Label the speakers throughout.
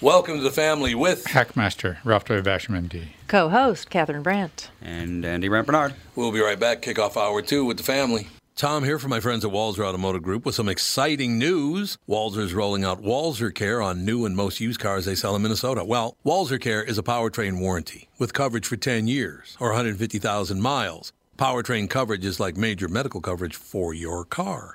Speaker 1: Welcome to the family with
Speaker 2: Hackmaster, Ralph W. Basham, MD.
Speaker 3: Co host, Catherine Brandt.
Speaker 4: And Andy Brandt Bernard.
Speaker 1: We'll be right back. Kickoff hour two with the family. Tom here from my friends at Walzer Automotive Group with some exciting news. Walzer's rolling out Walzer Care on new and most used cars they sell in Minnesota. Well, Walzer Care is a powertrain warranty with coverage for 10 years or 150,000 miles. Powertrain coverage is like major medical coverage for your car.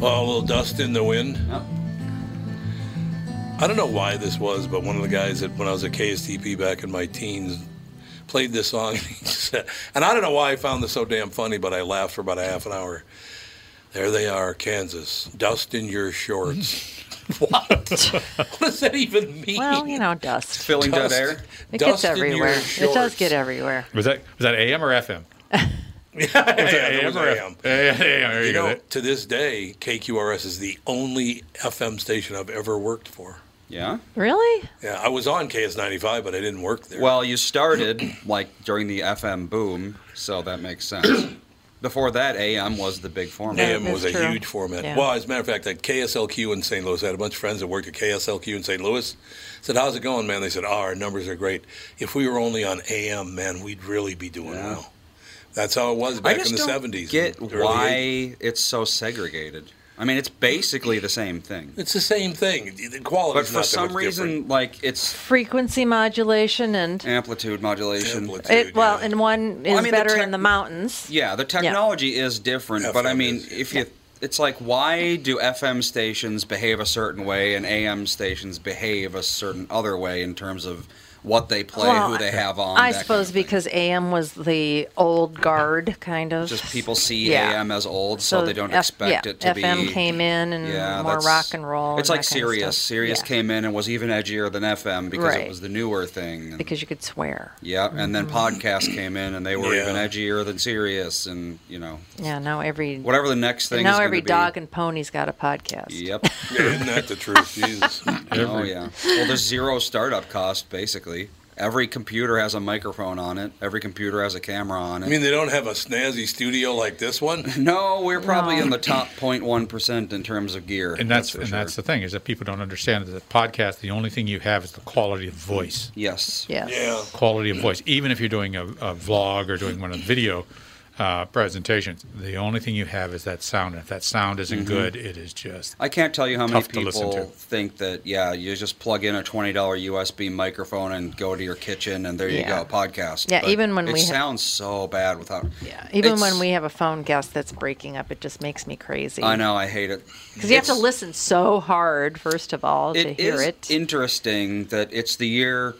Speaker 1: Oh, a little dust in the wind.
Speaker 4: Oh.
Speaker 1: I don't know why this was, but one of the guys that when I was at KSTP back in my teens played this song. and I don't know why I found this so damn funny, but I laughed for about a half an hour. There they are, Kansas. Dust in your shorts. what? what does that even mean?
Speaker 3: Well, you know, dust.
Speaker 4: Filling dead
Speaker 1: Dust-
Speaker 4: air.
Speaker 3: It
Speaker 1: dust
Speaker 3: gets
Speaker 1: in your
Speaker 3: everywhere. It does
Speaker 1: shorts.
Speaker 3: get everywhere.
Speaker 2: Was that was that AM or FM?
Speaker 1: Yeah, yeah,
Speaker 2: AM
Speaker 1: there was
Speaker 2: or
Speaker 1: AM.
Speaker 2: FM? Yeah, yeah, yeah, there
Speaker 1: You
Speaker 2: you
Speaker 1: know,
Speaker 2: go.
Speaker 1: to this day, KQRS is the only FM station I've ever worked for.
Speaker 4: Yeah.
Speaker 3: Really?
Speaker 1: Yeah, I was on KS95, but I didn't work there.
Speaker 4: Well, you started like during the FM boom, so that makes sense. Before that, AM was the big format.
Speaker 1: AM
Speaker 3: that's
Speaker 1: was a
Speaker 3: true.
Speaker 1: huge format.
Speaker 3: Yeah.
Speaker 1: Well, as a matter of fact, at KSLQ in St. Louis, I had a bunch of friends that worked at KSLQ in St. Louis. Said, "How's it going, man?" They said, oh, "Our numbers are great. If we were only on AM, man, we'd really be doing
Speaker 4: Yeah.
Speaker 1: well." That's how it was
Speaker 4: I
Speaker 1: back
Speaker 4: just
Speaker 1: in the
Speaker 4: don't
Speaker 1: seventies.
Speaker 4: get why it's so segregated. I mean, it's basically the same thing,
Speaker 1: it's the same thing. The quality,
Speaker 4: but for some reason, like it's
Speaker 3: Frequency modulation and
Speaker 4: amplitude modulation.
Speaker 3: it, well, and one is
Speaker 4: Well, I mean, the
Speaker 3: better
Speaker 4: tech-
Speaker 3: in the mountains.
Speaker 4: Yeah, the technology is different, but I
Speaker 1: FM
Speaker 4: mean,
Speaker 1: is, yeah.
Speaker 4: if you, it's like, why do FM stations behave a certain way and AM stations behave a certain other way in terms of what they play,
Speaker 3: Well,
Speaker 4: who they have
Speaker 3: I
Speaker 4: on? that kind of
Speaker 3: suppose
Speaker 4: thing?
Speaker 3: because AM was the old guard kind of.
Speaker 4: just people see
Speaker 3: Yeah.
Speaker 4: AM as old, so, they don't
Speaker 3: F-
Speaker 4: expect
Speaker 3: yeah,
Speaker 4: it to
Speaker 3: FM
Speaker 4: be.
Speaker 3: came in and
Speaker 4: Yeah,
Speaker 3: more
Speaker 4: that's-
Speaker 3: rock and roll.
Speaker 4: It's
Speaker 3: and
Speaker 4: like
Speaker 3: that kind of
Speaker 4: Sirius.
Speaker 3: stuff.
Speaker 4: Sirius
Speaker 3: Yeah,
Speaker 4: came in and was even edgier than FM because
Speaker 3: Right.
Speaker 4: it was the newer thing. and-
Speaker 3: because Mm-hmm. you could swear.
Speaker 4: yeah, and then podcasts came in and they were
Speaker 1: Yeah.
Speaker 4: even edgier than Sirius, and you know
Speaker 3: Yeah, now every
Speaker 4: whatever the next thing. is
Speaker 3: now
Speaker 4: gonna
Speaker 3: every
Speaker 4: be-
Speaker 3: dog and pony's got a podcast.
Speaker 4: Yep.
Speaker 1: isn't that the truth? Jesus.
Speaker 4: Oh yeah. Well, there's zero startup cost basically. Every computer has a microphone on it. Every computer has a camera on it.
Speaker 1: I mean, they don't have a snazzy studio like this one.
Speaker 4: no, we're probably in the top 0.1 percent in terms of gear.
Speaker 2: And that's,
Speaker 4: for
Speaker 2: and
Speaker 4: sure.
Speaker 2: that's the thing is that people don't understand that podcast. The only thing you have is the quality of voice.
Speaker 4: yes.
Speaker 3: Yes.
Speaker 1: Yeah.
Speaker 2: quality of voice. Even if you're doing a, a vlog or doing one of the video uh, presentations, the only thing you have is that sound. And if that sound isn't
Speaker 4: Mm-hmm.
Speaker 2: good, it is just.
Speaker 4: I can't tell you how many
Speaker 2: Tough to listen
Speaker 4: people
Speaker 2: to.
Speaker 4: think that yeah, you just plug in a twenty dollar USB microphone and go to your kitchen and there you
Speaker 3: Yeah.
Speaker 4: go, podcast.
Speaker 3: Yeah,
Speaker 4: But
Speaker 3: even when
Speaker 4: it
Speaker 3: we ha-
Speaker 4: sounds so bad without.
Speaker 3: Yeah. Even when
Speaker 4: It's-
Speaker 3: we have a phone guest that's breaking up, it just makes me crazy.
Speaker 4: I know I hate it
Speaker 3: Because you have to
Speaker 4: It's-
Speaker 3: listen so hard, first of all, to
Speaker 4: It
Speaker 3: hear
Speaker 4: is
Speaker 3: it.
Speaker 4: interesting that it's the year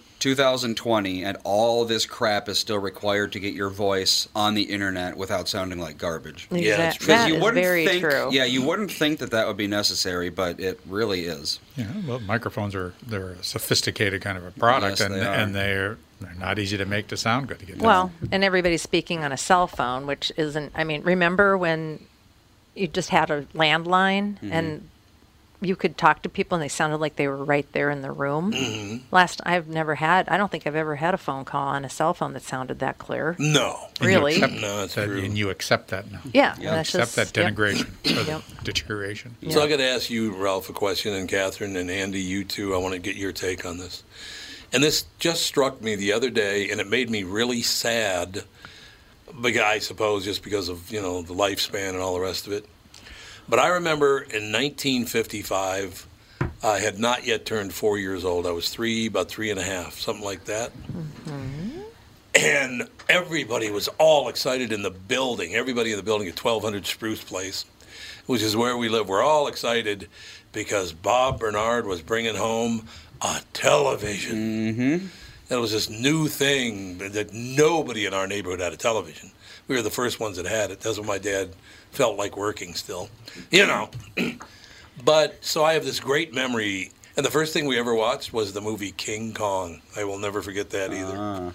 Speaker 4: 2020 and all this crap is still required to get your voice on the internet without sounding like garbage.
Speaker 1: Yeah,
Speaker 3: Exact-
Speaker 1: it's true.
Speaker 3: that
Speaker 4: you
Speaker 3: is
Speaker 4: wouldn't
Speaker 3: very
Speaker 4: think,
Speaker 3: true.
Speaker 4: Yeah, you wouldn't think that that would be necessary, but it really is.
Speaker 2: You know, well, microphones are they're a sophisticated kind of a product,
Speaker 4: Yes,
Speaker 2: and
Speaker 4: they are.
Speaker 2: and they're they're not easy to make to sound good. To get
Speaker 3: Well, and everybody's speaking on a cell phone, which isn't. I mean, remember when you just had a landline
Speaker 4: Mm-hmm.
Speaker 3: and you could talk to people and they sounded like they were right there in the room?
Speaker 4: Mm-hmm.
Speaker 3: Last, I've never had. I don't think I've ever had a phone call on a cell phone that sounded that clear.
Speaker 1: No.
Speaker 4: Mm-hmm.
Speaker 3: Really?
Speaker 2: accept
Speaker 1: No, that's
Speaker 2: that,
Speaker 1: true.
Speaker 2: and you accept that now.
Speaker 3: Yeah,
Speaker 2: you
Speaker 3: and that's
Speaker 2: accept
Speaker 3: just-
Speaker 2: that
Speaker 3: yep.
Speaker 2: denigration or the
Speaker 3: Yep.
Speaker 2: deterioration.
Speaker 1: So I got to ask you, Ralph, a question, and Catherine and Andy, you too. I want to get your take on this. And this just struck me the other day, and it made me really sad. But I suppose just because of you know the lifespan and all the rest of it. But I remember in 1955, I had not yet turned four years old. I was three, about three and a half, something like that. And everybody was all excited in the building. Everybody in the building at 1200 Spruce Place which is where we live. We're all excited because Bob Bernard was bringing home a television. Mm-hmm. It was this new thing that- that nobody in our neighborhood had a television. We were the first ones that had it. That's what my dad felt like working still, you know. but so I have this great memory, and the first thing we ever watched was the movie King Kong. I will never forget that either.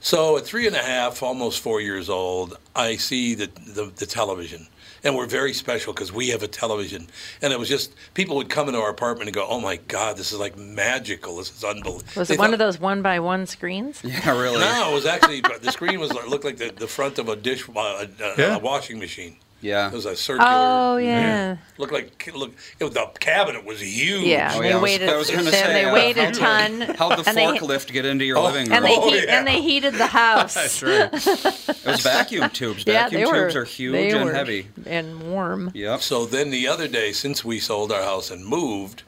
Speaker 1: So at three and a half, almost four years old, I see the the, the television, and we're very special because we have a television. And it was just people would come into our apartment and go, "Oh my God, this is like magical. This is unbelievable."
Speaker 3: Was
Speaker 1: They
Speaker 3: it one
Speaker 1: thought-
Speaker 3: of those one by one screens?
Speaker 4: Yeah, really.
Speaker 1: No, it was actually the screen was like- looked like the, the front of a dish uh, a, a
Speaker 2: Yeah.
Speaker 1: washing machine.
Speaker 4: Yeah.
Speaker 1: It was a circular.
Speaker 3: Oh yeah,
Speaker 1: Looked like look. It, the cabinet was huge.
Speaker 3: yeah.
Speaker 4: Oh,
Speaker 3: they
Speaker 4: yeah, I was-
Speaker 3: waited.
Speaker 4: I was gonna
Speaker 3: then
Speaker 4: say,
Speaker 3: they
Speaker 4: uh,
Speaker 3: weighed
Speaker 4: how
Speaker 3: a
Speaker 4: the-
Speaker 3: ton.
Speaker 4: How'd the
Speaker 3: and they-
Speaker 4: forklook get into your living room?
Speaker 3: And they,
Speaker 1: Oh,
Speaker 3: heat,
Speaker 1: yeah.
Speaker 3: and they heated the house.
Speaker 2: That's right.
Speaker 4: it was vacuum tubes.
Speaker 3: yeah,
Speaker 4: vacuum
Speaker 3: they were.
Speaker 4: tubes are huge
Speaker 3: they
Speaker 4: and
Speaker 3: were
Speaker 4: heavy.
Speaker 3: and warm.
Speaker 4: Yep.
Speaker 1: So then the other day, since we sold our house and moved,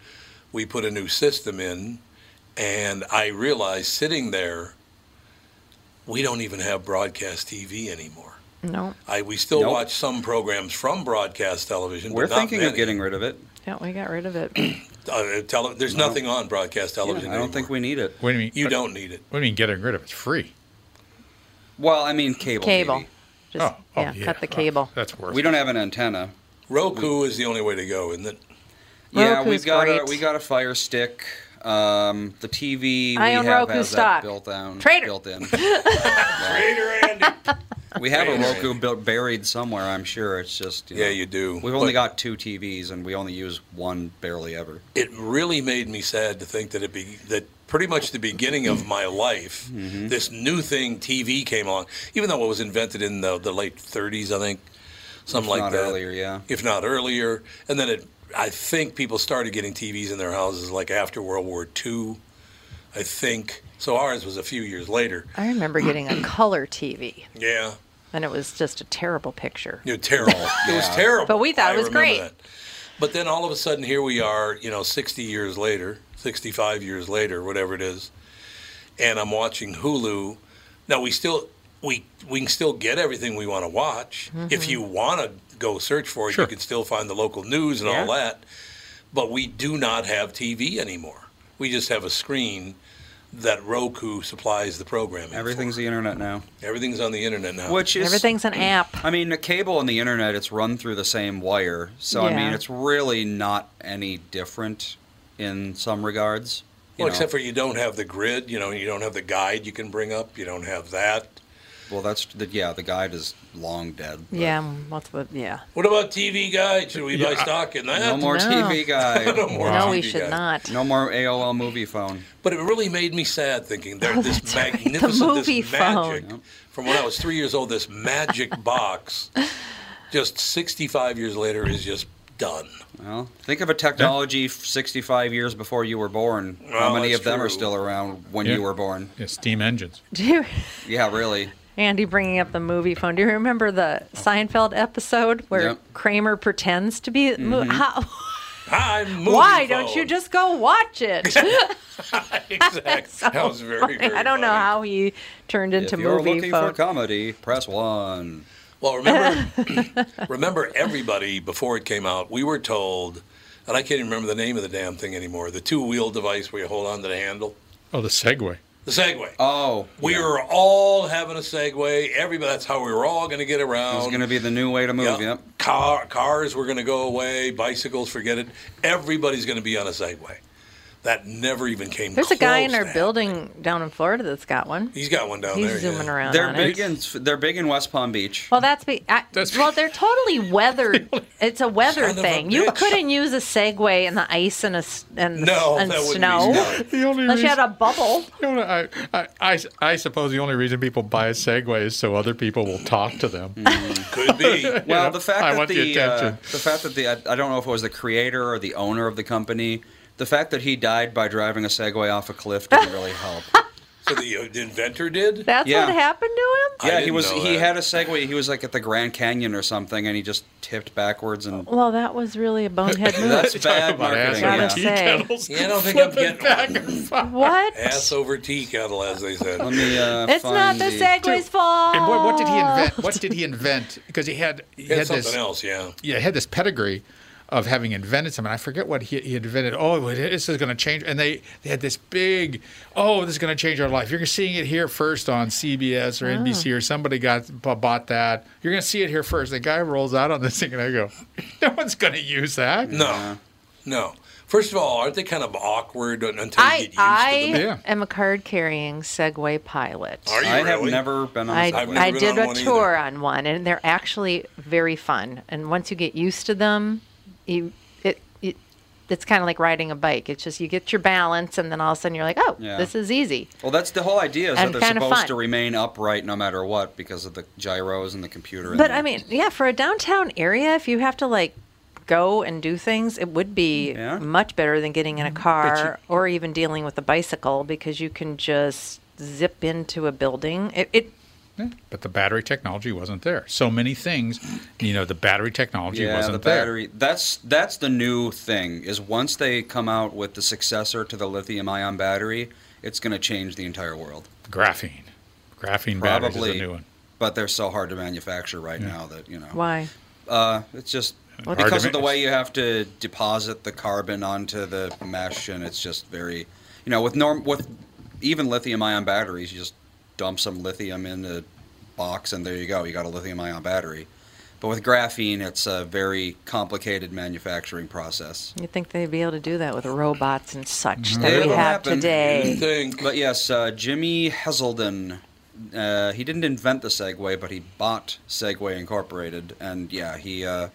Speaker 1: we put a new system in, and I realized sitting there, we don't even have broadcast TV anymore.
Speaker 3: No,
Speaker 1: I, we still
Speaker 4: Nope.
Speaker 1: watch some programs from broadcast television.
Speaker 4: We're
Speaker 1: but not
Speaker 4: thinking
Speaker 1: many.
Speaker 4: of getting rid of it.
Speaker 3: yeah, we got rid of it.
Speaker 1: Uh, tele- there's nothing on broadcast
Speaker 4: Yeah, I
Speaker 1: television.
Speaker 4: don't think we need it.
Speaker 2: What do you mean?
Speaker 1: You don't need it.
Speaker 2: What do you mean getting rid of it? It's free.
Speaker 4: Well, I mean cable.
Speaker 3: cable.
Speaker 4: maybe.
Speaker 3: Just,
Speaker 2: oh, oh,
Speaker 3: yeah, cut the
Speaker 2: Oh,
Speaker 3: cable.
Speaker 2: that's worth.
Speaker 4: We don't have an antenna.
Speaker 1: Roku is the only way to go, isn't it?
Speaker 4: Yeah,
Speaker 3: Roku's
Speaker 4: we've got a,
Speaker 3: great.
Speaker 4: we got a Fire Stick. Um, the TV
Speaker 3: I
Speaker 4: we
Speaker 3: own
Speaker 4: have
Speaker 3: Roku
Speaker 4: has
Speaker 3: stock.
Speaker 4: that built down,
Speaker 3: Traitor.
Speaker 4: built in.
Speaker 1: Traitor Andy.
Speaker 4: We have a
Speaker 1: Traitor.
Speaker 4: Roku built, buried somewhere, I'm sure. It's just
Speaker 1: Yeah, you do.
Speaker 4: We've only
Speaker 1: But-
Speaker 4: got two TVs, and we only use one barely ever.
Speaker 1: it really made me sad to think that it be that pretty much the beginning of my life
Speaker 4: Mm-hmm.
Speaker 1: this new thing tv came along even though it was invented in the, the late 30s i think something like
Speaker 4: not
Speaker 1: that
Speaker 4: earlier, yeah.
Speaker 1: if not earlier and then it i think people started getting tvs in their houses like after world war ii i think so ours was a few years later
Speaker 3: I remember getting a color TV,
Speaker 1: yeah
Speaker 3: and it was just a terrible picture.
Speaker 1: you know, terrible it was
Speaker 4: Yeah.
Speaker 1: terrible
Speaker 3: But we thought it
Speaker 1: I
Speaker 3: was
Speaker 1: remember
Speaker 3: great.
Speaker 1: that. but then all of a sudden here we are you know 60 years later 65 years later whatever it is and I'm watching Hulu. Now we still we we can still get everything we want to watch.
Speaker 3: Mm-hmm.
Speaker 1: If you want to go search for it,
Speaker 2: Sure.
Speaker 1: you can still find the local news and all that. But we do not have TV anymore. We just have a screen that Roku supplies the programming. for.
Speaker 4: Everything's the internet now,
Speaker 1: everything's on the internet now.
Speaker 4: which is
Speaker 3: Everything's an app.
Speaker 4: I mean, the cable and the internet, it's run through the same wire. So I mean,
Speaker 3: Yeah.
Speaker 4: it's really not any different in some regards. you
Speaker 1: well,
Speaker 4: know.
Speaker 1: except for you don't have the grid. You know, you don't have the guide you can bring up. You don't have that.
Speaker 4: Well, that's the, yeah. The guide is long dead. but
Speaker 3: Yeah, multiple. Yeah.
Speaker 1: What about TV Guide? Should we buy stock in that?
Speaker 4: No more
Speaker 3: No.
Speaker 4: TV guide. no, more.
Speaker 3: No,
Speaker 1: Wow.
Speaker 3: we
Speaker 1: TV
Speaker 3: should
Speaker 1: guide.
Speaker 3: not.
Speaker 4: AOL movie phone.
Speaker 1: But it really made me sad thinking there this
Speaker 3: that's right, the
Speaker 1: magnificent
Speaker 3: movie
Speaker 1: this magic
Speaker 3: phone.
Speaker 1: from when I was three years old, this magic box just sixty five years later is just done.
Speaker 4: Well, think of a technology f 65 years before you were born. How
Speaker 1: Well,
Speaker 4: many
Speaker 1: that's
Speaker 4: of them are
Speaker 1: true.
Speaker 4: still around when
Speaker 2: Yeah.
Speaker 4: you were born?
Speaker 2: Yeah, steam engines.
Speaker 3: Do you,
Speaker 4: Yeah, really.
Speaker 3: Andy bringing up the movie phone. Do you remember the Seinfeld episode where
Speaker 4: Yep. Mm-hmm.
Speaker 3: Kramer pretends to be? mo- how,
Speaker 1: Hi, movie
Speaker 3: why don't
Speaker 1: phone.
Speaker 3: you just go watch it?
Speaker 1: exactly? that was very, very
Speaker 3: I don't know
Speaker 1: funny.
Speaker 3: how he turned into
Speaker 4: if you're
Speaker 3: movie
Speaker 4: looking
Speaker 3: phone.
Speaker 4: for comedy, press one.
Speaker 1: Well, remember, remember everybody before it came out, we were told, and I can't even remember the name of the damn thing anymore. The two wheel device where you hold on to the handle,
Speaker 2: Oh, the Segway.
Speaker 1: the Segway.
Speaker 4: Oh,
Speaker 1: we
Speaker 4: yeah.
Speaker 1: were all having a Segway. Everybody, that's how we were all going to get
Speaker 4: It was
Speaker 1: around.
Speaker 4: going to be the new way to move.
Speaker 1: Yeah.
Speaker 4: Yep.
Speaker 1: Car, cars were going to go away. Bicycles, forget it. Everybody's going to be on a Segway. That never even came.
Speaker 3: There's a guy
Speaker 1: close
Speaker 3: in
Speaker 1: to
Speaker 3: our
Speaker 1: happening.
Speaker 3: building down in Florida that's got one.
Speaker 1: He's got one down
Speaker 3: He's
Speaker 1: there. yeah.
Speaker 3: zooming around
Speaker 4: They're
Speaker 3: on
Speaker 4: big
Speaker 3: it.
Speaker 4: in they're big in West Palm Beach.
Speaker 3: Well, that's, be, I,
Speaker 2: That's-
Speaker 3: well. They're totally weather. It's a weather
Speaker 1: Son of a
Speaker 3: thing. you
Speaker 1: bitch.
Speaker 3: couldn't use a Segway in the ice and a s- and, the s-
Speaker 1: No,
Speaker 3: and
Speaker 1: that would
Speaker 3: snow
Speaker 1: be
Speaker 2: The only
Speaker 3: unless you had
Speaker 2: reason-
Speaker 3: a bubble.
Speaker 2: you know, I, I, I, I suppose the only reason people buy a Segway is so other people will talk to them.
Speaker 3: Mm.
Speaker 1: could be.
Speaker 4: Well,
Speaker 2: know,
Speaker 4: the fact
Speaker 2: I
Speaker 4: that
Speaker 2: want the
Speaker 4: the, uh,
Speaker 2: attention.
Speaker 4: the fact that the I, I don't know if it was the creator or the owner of the company, the fact that he died by driving a Segway off a cliff didn't really help.
Speaker 1: So the, uh, the inventor did.
Speaker 3: That's
Speaker 4: Yeah.
Speaker 3: what happened to him.
Speaker 1: I
Speaker 4: yeah, he
Speaker 1: didn't
Speaker 4: was
Speaker 1: know
Speaker 4: he
Speaker 1: that.
Speaker 4: had a Segway. He was like at the Grand Canyon or something, and he just tipped backwards and.
Speaker 3: Well, that was really a bonehead move.
Speaker 4: That's bad
Speaker 2: about
Speaker 4: marketing.
Speaker 3: ass
Speaker 4: yeah.
Speaker 3: Gotta say.
Speaker 1: Yeah, I don't think I'm
Speaker 2: Flipping
Speaker 1: getting
Speaker 2: back
Speaker 1: one.
Speaker 2: and forth.
Speaker 3: what?
Speaker 1: Ass over tea kettle, as they said.
Speaker 4: Let me, uh,
Speaker 3: It's
Speaker 4: find
Speaker 3: not the Segway's fault.
Speaker 2: And what, what did he invent? What did he invent? Because he had he
Speaker 1: He had
Speaker 2: had
Speaker 1: something
Speaker 2: this
Speaker 1: else, yeah.
Speaker 2: yeah he had this pedigree of having invented something. I forget what he, he invented. Oh, this is going to change. And they they had this big oh this is going to change our life. You're seeing it here first on CBS or NBC or somebody got b- bought that. You're going to see it here first. The guy rolls out on this thing and I go, no one's going to use that.
Speaker 1: No, no. First of all, aren't they kind of awkward until you get
Speaker 3: I
Speaker 1: used to
Speaker 3: I
Speaker 1: them?
Speaker 2: Yeah.
Speaker 3: am a card carrying Segway pilot.
Speaker 1: Are you
Speaker 4: I have
Speaker 1: really?
Speaker 4: never been on a
Speaker 3: I,
Speaker 1: I've
Speaker 4: Segway.
Speaker 1: never
Speaker 3: I
Speaker 1: been
Speaker 3: did
Speaker 1: on
Speaker 3: a
Speaker 1: one either.
Speaker 3: tour on one, and they're actually very fun. And once you get used to them, you it. it it's kind of like riding a bike. It's just you get your balance, and then all of a sudden you're like, "Oh,
Speaker 4: Yeah.
Speaker 3: this is easy."
Speaker 4: Well, that's the whole idea is
Speaker 3: And
Speaker 4: that they're
Speaker 3: kinda
Speaker 4: supposed
Speaker 3: fun.
Speaker 4: to remain upright no matter what because of the gyros and the computer. in
Speaker 3: But
Speaker 4: there.
Speaker 3: I mean, yeah, for a downtown area, if you have to like go and do things, it would be
Speaker 4: Yeah. Mm-hmm.
Speaker 3: much better than getting in a car or even dealing with a bicycle because you can just zip into a building. It, it
Speaker 2: But the battery technology wasn't there. So many things, you know, the battery technology
Speaker 4: yeah,
Speaker 2: wasn't
Speaker 4: the
Speaker 2: there.
Speaker 4: battery. That's that's the new thing is once they come out with the successor to the lithium-ion battery, it's going to change the entire world.
Speaker 2: Graphene, graphene batteries is
Speaker 4: Probably.
Speaker 2: a new one.
Speaker 4: But they're so hard to manufacture right now that you know.
Speaker 3: why?
Speaker 4: Uh, it's just
Speaker 2: Hard to
Speaker 4: because of
Speaker 2: ma-
Speaker 4: the way you have to deposit the carbon onto the mesh, and it's just very, you know, with norm with even lithium-ion batteries, you just dump some lithium in a box, and there you go, you got a lithium-ion battery. But with graphene, it's a very complicated manufacturing process.
Speaker 3: You think they'd be able to do that with robots and such
Speaker 4: It
Speaker 3: that we
Speaker 4: will
Speaker 3: have
Speaker 4: Mm-hmm. happen.
Speaker 1: You
Speaker 3: today?
Speaker 1: think.
Speaker 4: But yes, uh, Jimmy Heselden. Uh, he didn't invent the Segway, but he bought Segway Incorporated, and yeah, he uh,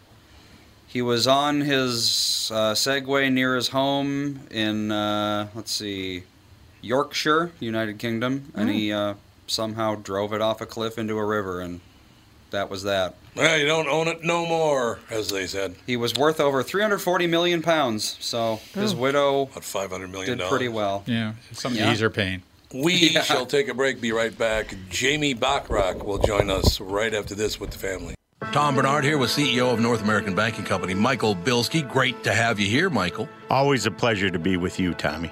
Speaker 4: he was on his uh, Segway near his home in uh, let's see, Yorkshire, United Kingdom, and he uh, somehow drove it off a cliff into a river, and that was that.
Speaker 1: Well, you don't own it no more, as they said.
Speaker 4: He was worth over 340 million pounds, so his widow
Speaker 1: About five hundred million
Speaker 4: did
Speaker 1: dollars.
Speaker 4: pretty well.
Speaker 2: Yeah, some
Speaker 4: Yeah.
Speaker 2: ease or pain.
Speaker 1: We shall take a break. Be right back. Jamie Bachrock will join us right after this with the family. Tom Bernard here with CEO of North American Banking Company, Michael Bilski. Great to have you here, Michael.
Speaker 5: Always a pleasure to be with you, Tommy.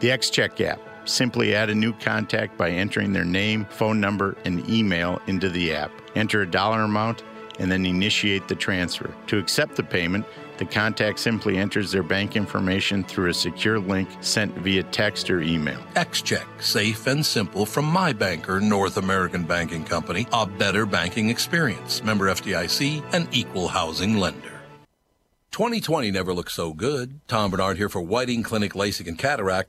Speaker 5: The XCheck app, Simply add a new contact by entering their name, phone number, and email into the app. Enter a dollar amount and then initiate the transfer. To accept the payment, the contact simply enters their bank information through a secure link sent via text or email.
Speaker 1: XCheck, safe and simple from my banker, North American Banking Company, a better banking experience. Member FDIC, an equal housing lender. 2020 never looked so good. Tom Bernard here for Whiting Clinic LASIK and Cataract.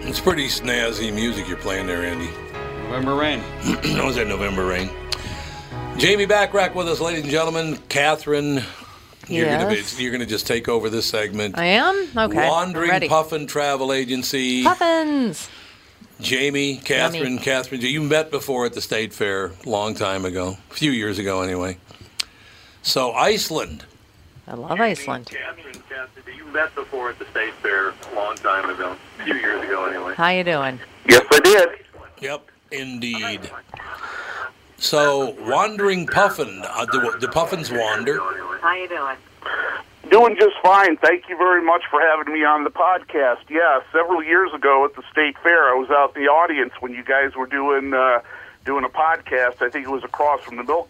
Speaker 1: It's pretty snazzy music you're playing there, Andy.
Speaker 4: November rain.
Speaker 1: I was at November Rain. Jamie Backrack with us, ladies and gentlemen. Catherine, you're gonna be,
Speaker 3: Yes.
Speaker 1: you're gonna just take over this segment.
Speaker 3: I am? Okay. I'm
Speaker 1: Wandering
Speaker 3: ready.
Speaker 1: Puffin Travel Agency.
Speaker 3: Puffins.
Speaker 1: Jamie, Catherine,
Speaker 3: Yummy.
Speaker 1: Catherine. You met before at the state fair a long time ago, a few years ago anyway. So Iceland.
Speaker 3: I love Iceland.
Speaker 6: Catherine, Catherine, you met before at the state fair a long time ago, a few years ago anyway.
Speaker 3: How you doing?
Speaker 6: Yes, I did.
Speaker 1: Yep, indeed. So Wandering Puffin. Uh, do, do puffins wander?
Speaker 7: How you doing?
Speaker 6: Doing just fine. Thank you very much for having me on the podcast. Yeah, several years ago at the state fair, I was out in the audience when you guys were doing uh, doing a podcast. I think it was across from the milk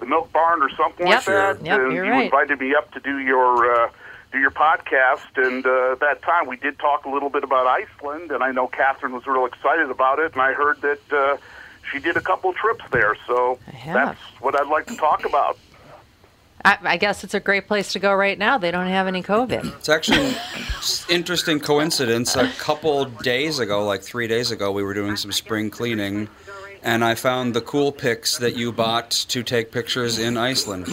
Speaker 6: the milk barn or something
Speaker 3: Yep.
Speaker 6: like that.
Speaker 3: Yep,
Speaker 6: and
Speaker 3: you're
Speaker 6: you
Speaker 3: right.
Speaker 6: invited me up to do your uh, do your podcast, and uh, at that time we did talk a little bit about Iceland, and I know Catherine was real excited about it, and I heard that uh, she did a couple trips there. So
Speaker 3: I have.
Speaker 6: that's what I'd like to talk about.
Speaker 3: I, I guess it's a great place to go right now. They don't have any COVID.
Speaker 4: It's actually an interesting coincidence. A couple days ago, like three days ago, we were doing some spring cleaning, and I found the cool pics that you bought to take pictures in Iceland.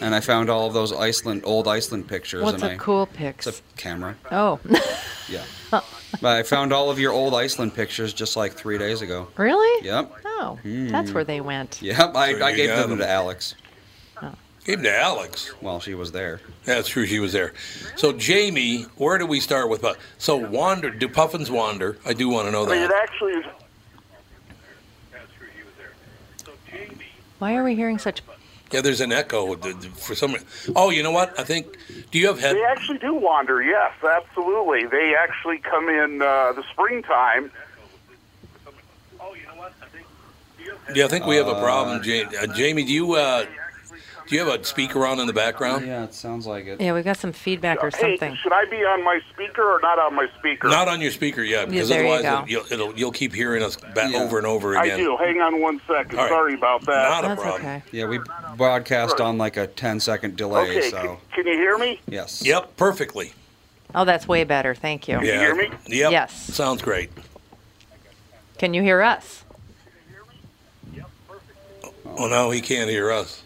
Speaker 4: And I found all of those Iceland, old Iceland pictures.
Speaker 3: What's
Speaker 4: and
Speaker 3: a
Speaker 4: I-
Speaker 3: cool Oh.
Speaker 4: It's
Speaker 3: pics?
Speaker 4: a camera.
Speaker 3: Oh,
Speaker 4: Yeah. But I found all of your old Iceland pictures just like three days ago.
Speaker 3: really?
Speaker 4: Yep.
Speaker 3: Oh,
Speaker 1: Hmm.
Speaker 3: that's where they went.
Speaker 4: Yep. I,
Speaker 1: So
Speaker 4: I
Speaker 1: you
Speaker 4: gave
Speaker 1: got
Speaker 4: them to
Speaker 1: them.
Speaker 4: Alex
Speaker 1: Came to Alex.
Speaker 4: while she was there.
Speaker 1: That's true. She was there. So Jamie, where do we start with? Puff- So wander. Do puffins wander? I do want to know
Speaker 6: I mean, it
Speaker 1: that.
Speaker 6: actually is
Speaker 3: Why are we hearing such?
Speaker 1: Yeah, there's an echo d- d- for some. Oh, you know what? I think. Do you have head?
Speaker 6: They actually do wander, yes, absolutely. They actually come in uh, the springtime.
Speaker 1: Yeah, I think we have a problem, Jamie. Uh, Jamie, do you uh, do you have a speaker on in the background?
Speaker 4: Yeah, it sounds like it.
Speaker 3: Yeah, we got some feedback or
Speaker 6: Hey,
Speaker 3: something.
Speaker 6: should I be on my speaker or not on my speaker?
Speaker 1: Not on your speaker yet, because
Speaker 3: there you
Speaker 1: otherwise
Speaker 3: go.
Speaker 1: it'll, you'll, it'll, you'll keep hearing us ba-
Speaker 4: Yeah.
Speaker 1: over and over
Speaker 6: I
Speaker 1: again.
Speaker 6: do. Hang on one second.
Speaker 1: All right.
Speaker 6: Sorry about that.
Speaker 1: Not a
Speaker 3: That's
Speaker 1: problem.
Speaker 3: okay.
Speaker 4: Yeah, we broadcast on like a 10 second delay,
Speaker 6: okay,
Speaker 4: so
Speaker 6: can, can you hear me?
Speaker 4: yes.
Speaker 1: Yep, perfectly.
Speaker 3: Oh, that's way better. Thank you.
Speaker 1: Yeah.
Speaker 6: hear me?
Speaker 1: Yep.
Speaker 3: Yes.
Speaker 1: Sounds great.
Speaker 3: Can you hear us?
Speaker 1: Oh no, he can't hear us.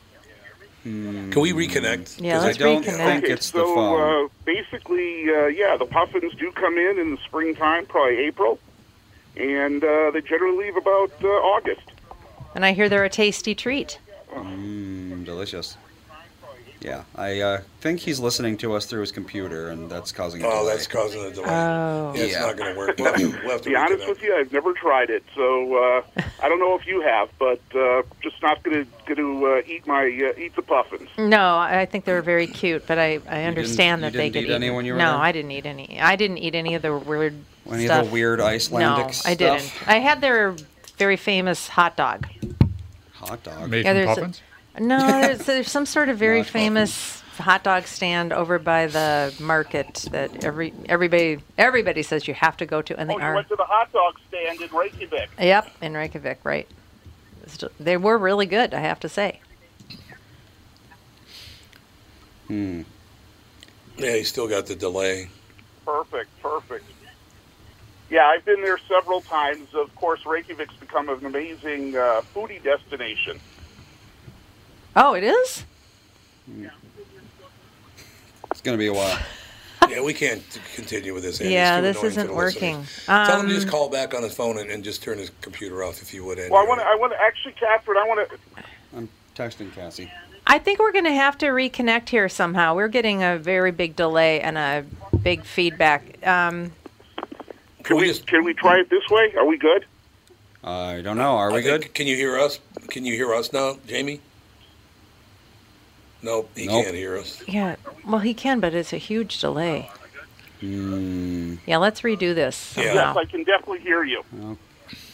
Speaker 6: Hmm.
Speaker 1: Can we reconnect?
Speaker 3: Yeah,
Speaker 1: 'Cause
Speaker 4: I
Speaker 3: let's
Speaker 4: don't
Speaker 3: reconnect.
Speaker 4: think it's the
Speaker 6: so
Speaker 4: phone.
Speaker 6: Uh, basically, uh, yeah, the puffins do come in in the springtime, probably April, and uh, they generally leave about uh, August.
Speaker 3: And I hear they're a tasty treat.
Speaker 1: uh,
Speaker 4: Mm, delicious. Yeah, I uh, think he's listening to us through his computer, and that's causing a
Speaker 1: Oh,
Speaker 4: delay.
Speaker 1: that's causing a delay.
Speaker 3: Oh.
Speaker 1: yeah, it's
Speaker 4: Yeah.
Speaker 1: not going to work. We'll have to, we'll have to
Speaker 6: be honest
Speaker 1: reconnect.
Speaker 6: with you, I've never tried it, so uh, I don't know if you have, but uh, just not going to going to uh, eat my uh, eat the puffins.
Speaker 3: No, I I think they're very cute, but I, I understand
Speaker 4: you
Speaker 3: that they
Speaker 4: didn't
Speaker 3: get
Speaker 4: eat any
Speaker 3: eaten.
Speaker 4: when you were
Speaker 3: No,
Speaker 4: there?
Speaker 3: I didn't eat any. I didn't eat any of the weird
Speaker 4: Any
Speaker 3: stuff.
Speaker 4: of the weird Icelandic
Speaker 3: no,
Speaker 4: stuff?
Speaker 3: I didn't. I had their very famous hot dog.
Speaker 4: Hot dog.
Speaker 2: Made
Speaker 3: Yeah,
Speaker 2: from
Speaker 3: there's a-
Speaker 2: puffins?
Speaker 3: No, there's, there's some sort of very
Speaker 4: Not puffins.
Speaker 3: famous hot dog stand over by the market that every everybody everybody says you have to go to, and they
Speaker 6: Oh, you
Speaker 3: are.
Speaker 6: went to the hot dog stand in Reykjavik.
Speaker 3: Yep, in Reykjavik, right. It's still- They were really good, I have to say.
Speaker 4: Hmm.
Speaker 1: Yeah, he's still got the delay.
Speaker 6: Perfect, perfect. Yeah, I've been there several times. Of course, Reykjavik's become an amazing uh, foodie destination.
Speaker 3: Oh, it is?
Speaker 4: It's gonna be a while.
Speaker 1: yeah, we can't t- continue with this. Andy. It's
Speaker 3: yeah,
Speaker 1: too
Speaker 3: this
Speaker 1: annoying for
Speaker 3: isn't
Speaker 1: the
Speaker 3: working.
Speaker 1: listeners.
Speaker 3: Um,
Speaker 1: Tell him to just call back on his phone and, and just turn his computer off if you would. Andy.
Speaker 6: Well, I want to. I want to actually, Catherine. I want to.
Speaker 4: I'm texting Cassie.
Speaker 3: I think we're going to have to reconnect here somehow. We're getting a very big delay and a big feedback. Um,
Speaker 6: Can we? Can we try it this way? Are we good?
Speaker 4: I don't know. Are we
Speaker 1: I
Speaker 4: good?
Speaker 1: think- uh, Can you hear us? Can you hear us now, Jamie? Nope, he
Speaker 4: Nope.
Speaker 1: can't hear us.
Speaker 3: yeah, well, he can, but it's a huge delay.
Speaker 4: Hmm.
Speaker 3: Yeah, let's redo this
Speaker 1: Yeah.
Speaker 3: somehow.
Speaker 6: Yes, I can definitely hear you.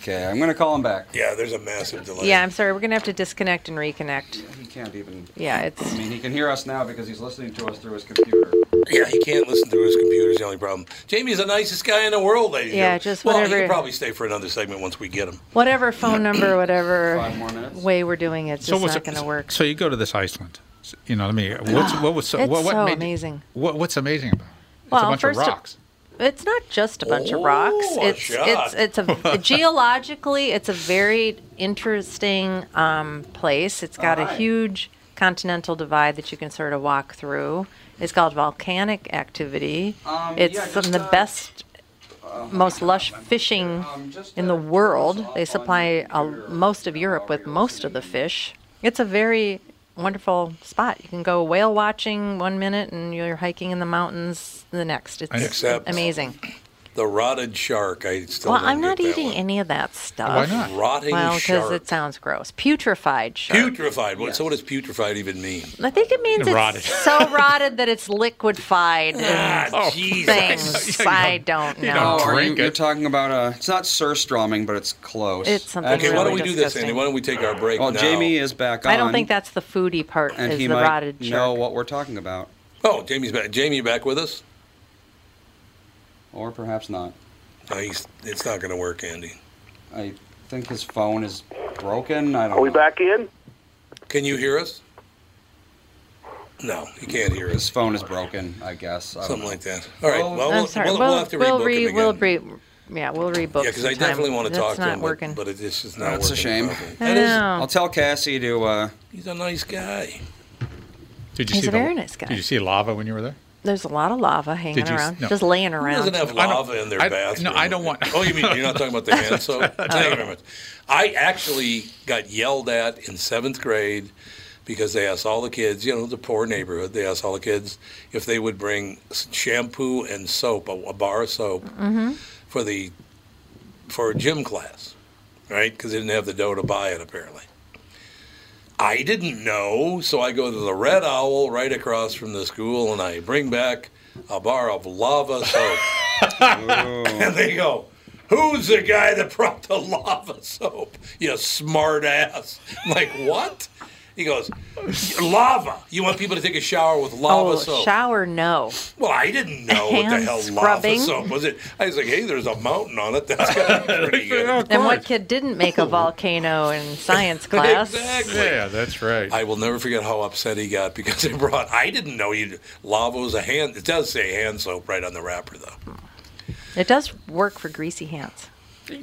Speaker 4: Okay, I'm gonna call him back.
Speaker 1: Yeah, there's a massive delay.
Speaker 3: Yeah, I'm sorry. We're going to have to disconnect and reconnect.
Speaker 4: He can't even.
Speaker 3: Yeah,
Speaker 4: I
Speaker 3: it's.
Speaker 4: mean, he can hear us now because he's listening to us through his computer.
Speaker 1: Yeah, he can't listen through his computer's the only problem. Jamie's the nicest guy in the world, ladies. and
Speaker 3: Yeah,
Speaker 1: gentlemen.
Speaker 3: just
Speaker 1: well, he
Speaker 3: whatever-
Speaker 1: can probably stay for another segment once we get him.
Speaker 3: Whatever phone number, whatever
Speaker 4: Five more minutes.
Speaker 3: way we're doing it, it's just
Speaker 2: what's-
Speaker 3: not going to work.
Speaker 2: So you go to this Iceland. s- You know, I mean, what's, what was so,
Speaker 3: It's
Speaker 2: what, what
Speaker 3: so
Speaker 2: made-
Speaker 3: amazing.
Speaker 2: What, what's amazing about it? It's
Speaker 3: Well,
Speaker 2: a bunch
Speaker 3: first
Speaker 2: of
Speaker 3: of-
Speaker 2: rocks.
Speaker 3: It's not just a bunch of rocks.
Speaker 1: Oh, a
Speaker 3: It's
Speaker 1: shot.
Speaker 3: it's it's a geologically it's a very interesting um, place. It's got a
Speaker 4: Alright.
Speaker 3: huge continental divide that you can sort of walk through. It's called volcanic activity.
Speaker 4: Um,
Speaker 3: it's
Speaker 4: yeah,
Speaker 3: some of
Speaker 4: just,
Speaker 3: the
Speaker 4: uh, oh
Speaker 3: best, most lush fishing
Speaker 4: Um, just,
Speaker 3: in
Speaker 4: uh,
Speaker 3: the
Speaker 4: turn this
Speaker 3: world.
Speaker 4: off
Speaker 3: They
Speaker 4: on
Speaker 3: supply
Speaker 4: your
Speaker 3: uh,
Speaker 4: computer
Speaker 3: most of Europe
Speaker 4: while
Speaker 3: with
Speaker 4: you're
Speaker 3: most of the
Speaker 4: listening.
Speaker 3: fish. It's a very wonderful spot. You can go whale watching one minute and you're hiking in the mountains the next. It's
Speaker 1: Except-
Speaker 3: amazing.
Speaker 1: The rotted shark. I still.
Speaker 3: Well,
Speaker 1: don't
Speaker 3: I'm
Speaker 1: get
Speaker 3: not
Speaker 1: that
Speaker 3: eating
Speaker 1: one.
Speaker 3: any of that stuff.
Speaker 2: Why not?
Speaker 1: Rotting
Speaker 3: Well, because
Speaker 1: shark.
Speaker 3: it sounds gross. Putrefied shark.
Speaker 1: putrefied. What, So what does putrefied even mean?
Speaker 3: I think it means it's
Speaker 2: Rotted.
Speaker 3: so rotted that it's liquefied and
Speaker 1: Ah, jeez.
Speaker 2: Oh.
Speaker 3: things.
Speaker 2: you
Speaker 3: I
Speaker 2: don't-
Speaker 3: don't
Speaker 2: you
Speaker 3: know.
Speaker 4: Oh, are you,
Speaker 2: Drink it.
Speaker 4: you're talking about uh It's not surstroming, but it's close.
Speaker 3: It's something
Speaker 1: Okay, why don't we
Speaker 3: Really
Speaker 1: do this, Andy?
Speaker 3: disgusting.
Speaker 1: Why don't we take our break
Speaker 4: Well,
Speaker 1: now?
Speaker 4: Oh, Jamie is back on.
Speaker 3: I don't think that's the foodie part.
Speaker 4: And
Speaker 3: is
Speaker 4: he
Speaker 3: the
Speaker 4: might
Speaker 3: rotted shark.
Speaker 4: know what we're talking about,
Speaker 1: Oh, Jamie's back. Jamie, you back with us?
Speaker 4: or perhaps not.
Speaker 1: No, he's, it's not going to work, Andy.
Speaker 4: I think his phone is broken. I don't.
Speaker 6: Are we
Speaker 4: know.
Speaker 6: back in?
Speaker 1: Can you hear us? No, he can't hear
Speaker 4: His
Speaker 1: us.
Speaker 4: phone is broken. I guess. I don't
Speaker 1: Something
Speaker 4: know.
Speaker 1: like that. All right.
Speaker 4: Well,
Speaker 1: Well,
Speaker 3: I'm
Speaker 1: we'll,
Speaker 3: sorry.
Speaker 1: we'll, we'll have to
Speaker 3: we'll
Speaker 1: rebook
Speaker 3: re,
Speaker 1: him
Speaker 3: we'll
Speaker 1: again.
Speaker 3: re, yeah, we'll rebook.
Speaker 1: Yeah, because I
Speaker 3: sometime.
Speaker 1: definitely want to
Speaker 3: That's
Speaker 1: talk to
Speaker 3: not
Speaker 1: him, but-
Speaker 3: working.
Speaker 1: but it's just not
Speaker 4: That's a
Speaker 1: working
Speaker 4: shame.
Speaker 1: properly. That
Speaker 3: I know.
Speaker 4: I'll tell Cassie to. uh
Speaker 1: is. He's a nice guy.
Speaker 2: Did you
Speaker 3: He's
Speaker 2: see
Speaker 3: a
Speaker 2: the,
Speaker 3: very nice guy.
Speaker 2: Did you see lava when you were there?
Speaker 3: There's a lot of lava hanging
Speaker 2: Did you s-
Speaker 3: around,
Speaker 2: no.
Speaker 3: just laying
Speaker 1: He
Speaker 3: around.
Speaker 1: doesn't have
Speaker 2: I don't-
Speaker 1: lava in their
Speaker 2: I- no,
Speaker 1: bathroom.
Speaker 2: I don't want-
Speaker 1: Oh, you mean you're not talking about the hand soap? Thank you very much. I actually got yelled at in seventh grade because they asked all the kids, you know, the poor neighborhood, they asked all the kids if they would bring s- shampoo and soap, a, a bar of soap, for the for gym class, right? Because they didn't have the dough to buy it apparently. I didn't know, so I go to the Red Owl right across from the school, and I bring back a bar of lava soap. And they go, Who's the guy that brought the lava soap? You smart ass. I'm like, what? He goes, Lava. You want people to take a shower with lava
Speaker 3: oh,
Speaker 1: soap?
Speaker 3: shower no.
Speaker 1: well, I didn't know what the
Speaker 3: Hand
Speaker 1: hell
Speaker 3: scrubbing.
Speaker 1: lava soap was. It I was like, hey, there's a mountain on it. That's got to be pretty good.
Speaker 3: And what kid didn't make a volcano in science class?
Speaker 1: Exactly.
Speaker 2: Yeah, that's right.
Speaker 1: I will never forget how upset he got because they brought. I didn't know you. Lava was a hand. It does say hand soap right on the wrapper though.
Speaker 3: It does work for greasy hands.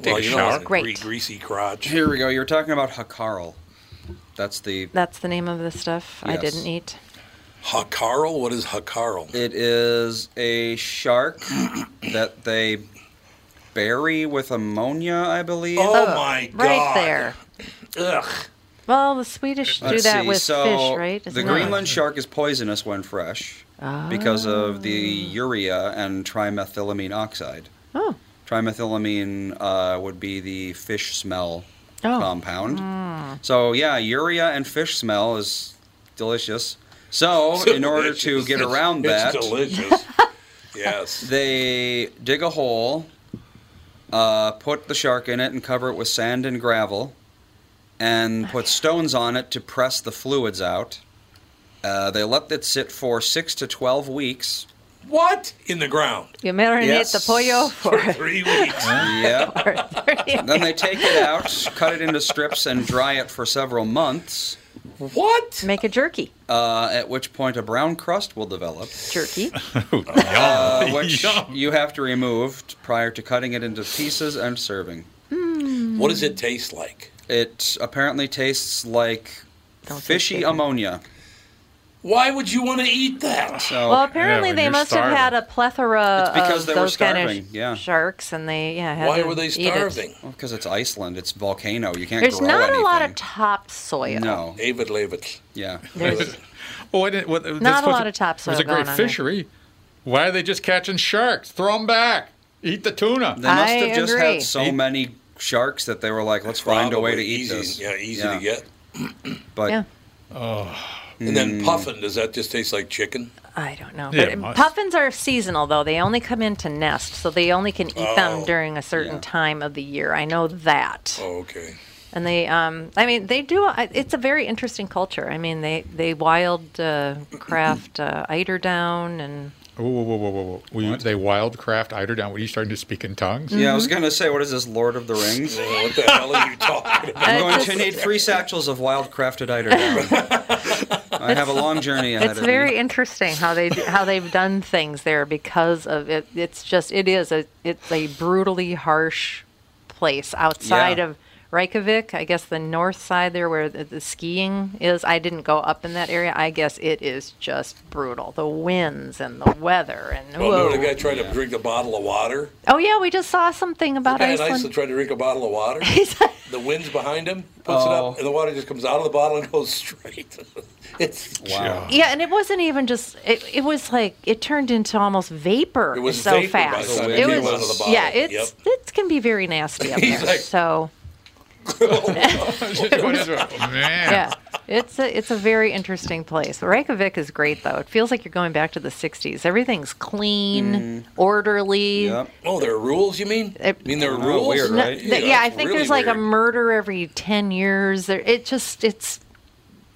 Speaker 1: well,
Speaker 2: a
Speaker 1: you know,
Speaker 2: shower.
Speaker 1: it's a
Speaker 3: Great.
Speaker 1: gre- greasy crotch.
Speaker 4: Here we go. You're talking about Hakarl. That's the.
Speaker 3: That's the name of the stuff I
Speaker 4: Yes.
Speaker 3: didn't eat.
Speaker 1: Hakarl. What is Hakarl?
Speaker 4: It is a shark that they bury with ammonia, I believe.
Speaker 1: Oh, my god!
Speaker 3: Right there.
Speaker 1: Ugh.
Speaker 3: Well, the Swedish do
Speaker 4: Let's
Speaker 3: that
Speaker 4: see,
Speaker 3: with
Speaker 4: so
Speaker 3: fish, right?
Speaker 4: the
Speaker 3: Isn't that-
Speaker 4: Greenland shark is poisonous when fresh because of the urea and trimethylamine oxide.
Speaker 3: Oh.
Speaker 4: Trimethylamine uh, would be the fish smell
Speaker 3: Oh. Hmm.
Speaker 4: compound. So yeah, urea and fish smell is delicious. So in order to
Speaker 1: Delicious.
Speaker 4: get around that,
Speaker 1: It's delicious. yes.
Speaker 4: they dig a hole, uh, put the shark in it, and cover it with sand and gravel, and put stones on it to press the fluids out. Uh, they let it sit for six to twelve weeks.
Speaker 1: What? In the ground.
Speaker 3: You marinate
Speaker 4: Yes.
Speaker 3: the pollo
Speaker 1: For
Speaker 3: for
Speaker 1: three weeks.
Speaker 4: Yep.
Speaker 3: for 30
Speaker 4: then they take it out, cut it into strips, and dry it for several months.
Speaker 1: What?
Speaker 3: Make a jerky.
Speaker 4: Uh, at which point a brown crust will develop,
Speaker 3: Jerky.
Speaker 4: uh, which you have to remove t- prior to cutting it into pieces and serving.
Speaker 1: What does it taste like?
Speaker 4: It apparently tastes like
Speaker 3: Don't say
Speaker 4: fishy
Speaker 3: chicken.
Speaker 4: ammonia.
Speaker 1: Why would you want to eat that?
Speaker 4: So
Speaker 3: Well, apparently
Speaker 2: when
Speaker 3: they
Speaker 2: you're
Speaker 3: must have had a plethora
Speaker 4: It's because
Speaker 3: of
Speaker 4: they were
Speaker 3: those kind
Speaker 4: starving,
Speaker 3: of sh-
Speaker 4: yeah.
Speaker 3: sharks, and they yeah. Had
Speaker 1: Why
Speaker 3: to
Speaker 1: were they
Speaker 3: eat it.
Speaker 1: starving?
Speaker 4: because it's Iceland, it's volcano. You can't.
Speaker 3: There's
Speaker 4: grow
Speaker 3: not a lot of
Speaker 4: anything.
Speaker 3: topsoil.
Speaker 4: No.
Speaker 1: David Levitz.
Speaker 4: Yeah.
Speaker 3: There's-
Speaker 2: Well, what, what, not
Speaker 3: a lot of topsoil
Speaker 2: There's a
Speaker 3: going
Speaker 2: great
Speaker 3: on there.
Speaker 2: fishery. Why are they just catching sharks? Throw them back. Eat the tuna.
Speaker 4: They must
Speaker 3: I
Speaker 4: have just
Speaker 3: agree.
Speaker 4: had so many sharks that they were like, let's find a way to
Speaker 1: Probably
Speaker 4: eat
Speaker 1: easy,
Speaker 4: this.
Speaker 1: Yeah, easy to get.
Speaker 4: But
Speaker 3: Yeah.
Speaker 1: And
Speaker 4: Mm.
Speaker 1: then puffin, does that just taste like chicken?
Speaker 3: I don't know.
Speaker 2: Yeah,
Speaker 3: But
Speaker 2: it must.
Speaker 3: puffins are seasonal, though. They only come in to nest, so they only can eat
Speaker 1: Oh,
Speaker 3: them during a certain
Speaker 4: yeah.
Speaker 3: time of the year. I know that.
Speaker 1: Oh, okay.
Speaker 3: And they, um, I mean, they do. I- It's a very interesting culture. I mean, they they wild uh, craft uh, eiderdown and
Speaker 2: Whoa, whoa, whoa, whoa, whoa, whoa. Will you, they wildcraft eiderdown. Were you starting to speak in tongues?
Speaker 4: yeah, I
Speaker 3: Mm-hmm.
Speaker 4: was gonna say, what is this, Lord of the Rings?
Speaker 1: Uh, what the hell are you talking about?
Speaker 4: I'm
Speaker 3: Uh,
Speaker 4: going
Speaker 3: just-
Speaker 4: to need three satchels of wild crafted eiderdown. I have a long journey ahead
Speaker 3: it's
Speaker 4: of me.
Speaker 3: very interesting how they do- how they've done things there because of it. It's just it is a it's a brutally harsh place outside
Speaker 4: Yeah.
Speaker 3: of Reykjavik. I guess the north side there where the, the skiing is. I didn't go up in that area. I guess it is just brutal. The winds and the weather and
Speaker 1: Well, remember
Speaker 3: whoa.
Speaker 1: the guy tried to drink a bottle of water?
Speaker 3: oh yeah, we just saw something
Speaker 1: The
Speaker 3: about
Speaker 1: guy in
Speaker 3: Iceland.
Speaker 1: Iceland tried to drink a bottle of water. the wind's behind him, puts it
Speaker 4: Oh.
Speaker 1: up, and the water just comes out of the bottle and goes straight. it's
Speaker 4: Wow.
Speaker 3: yeah, and it wasn't even just. It, it was like it turned into almost vapor
Speaker 1: It was
Speaker 3: so
Speaker 1: vapor by the
Speaker 3: fast.
Speaker 1: time
Speaker 4: it
Speaker 3: it
Speaker 4: came
Speaker 3: was
Speaker 4: out of the
Speaker 1: bottle.
Speaker 3: yeah. It's
Speaker 1: Yep.
Speaker 3: it can be very nasty up there.
Speaker 1: like-
Speaker 3: so
Speaker 2: What is it? Oh, man.
Speaker 3: yeah, it's a it's a very interesting place. Reykjavik is great though. It feels like you're going back to the '60s. Everything's clean,
Speaker 1: Mm.
Speaker 3: orderly.
Speaker 4: Yep.
Speaker 1: Oh, there are rules, you mean? I
Speaker 3: It-
Speaker 1: mean, there are
Speaker 4: Oh,
Speaker 1: rules?
Speaker 4: weird,
Speaker 3: No,
Speaker 4: right?
Speaker 3: th- yeah, I
Speaker 1: it's
Speaker 3: think
Speaker 1: really
Speaker 3: there's like a
Speaker 1: weird.
Speaker 3: murder every ten years. There, it just it's,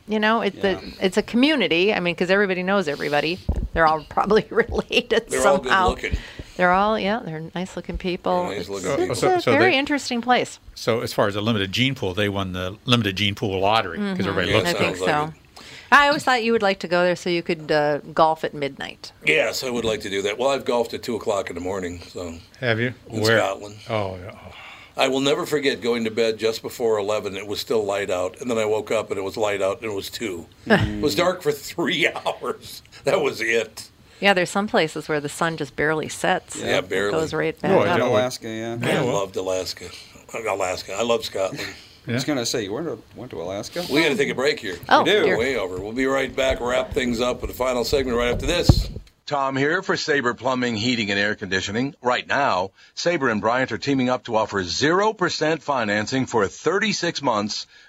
Speaker 3: you know, it,
Speaker 4: Yeah.
Speaker 3: the, it's a community. I mean, because everybody knows everybody. They're all probably related
Speaker 1: They're all good
Speaker 3: somehow.
Speaker 1: looking.
Speaker 3: They're all yeah, they're nice looking people.
Speaker 1: They're nice
Speaker 3: it's
Speaker 1: looking
Speaker 3: it's
Speaker 1: people.
Speaker 2: So-
Speaker 3: a
Speaker 2: so
Speaker 3: very
Speaker 2: they-
Speaker 3: interesting place.
Speaker 2: So as far as the limited gene pool, they won the limited gene pool lottery because everybody
Speaker 1: Yeah,
Speaker 2: looks
Speaker 3: I
Speaker 2: at
Speaker 3: think
Speaker 1: sounds
Speaker 3: so.
Speaker 1: like
Speaker 3: I always thought you would like to go there so you could uh, golf at midnight.
Speaker 1: Yes, I would like to do that. Well, I've golfed at 2 o'clock in the morning, so
Speaker 2: it. Have you?
Speaker 1: in Scotland.
Speaker 2: Oh, yeah. Oh.
Speaker 1: I will never forget going to bed just before 11. It was still light out. And then I woke up and it was light out and it was 2. it was dark for three hours. That was it.
Speaker 3: Yeah, there's some places where the sun just barely sets.
Speaker 1: Yeah,
Speaker 3: It
Speaker 1: barely.
Speaker 3: goes right back
Speaker 2: No, I
Speaker 3: up.
Speaker 2: don't.
Speaker 4: Alaska, yeah.
Speaker 1: I
Speaker 2: well.
Speaker 1: loved Alaska. Alaska. I love Scotland.
Speaker 4: I was gonna say you went to, went to Alaska.
Speaker 1: We got to take a break here.
Speaker 3: Oh,
Speaker 4: do.
Speaker 3: dear.
Speaker 1: Way over. We'll be right back. Wrap things up with the final segment right after this. Tom here for Sabre Plumbing, Heating, and Air Conditioning. Right now, Sabre and Bryant are teaming up to offer 0% financing for 36 months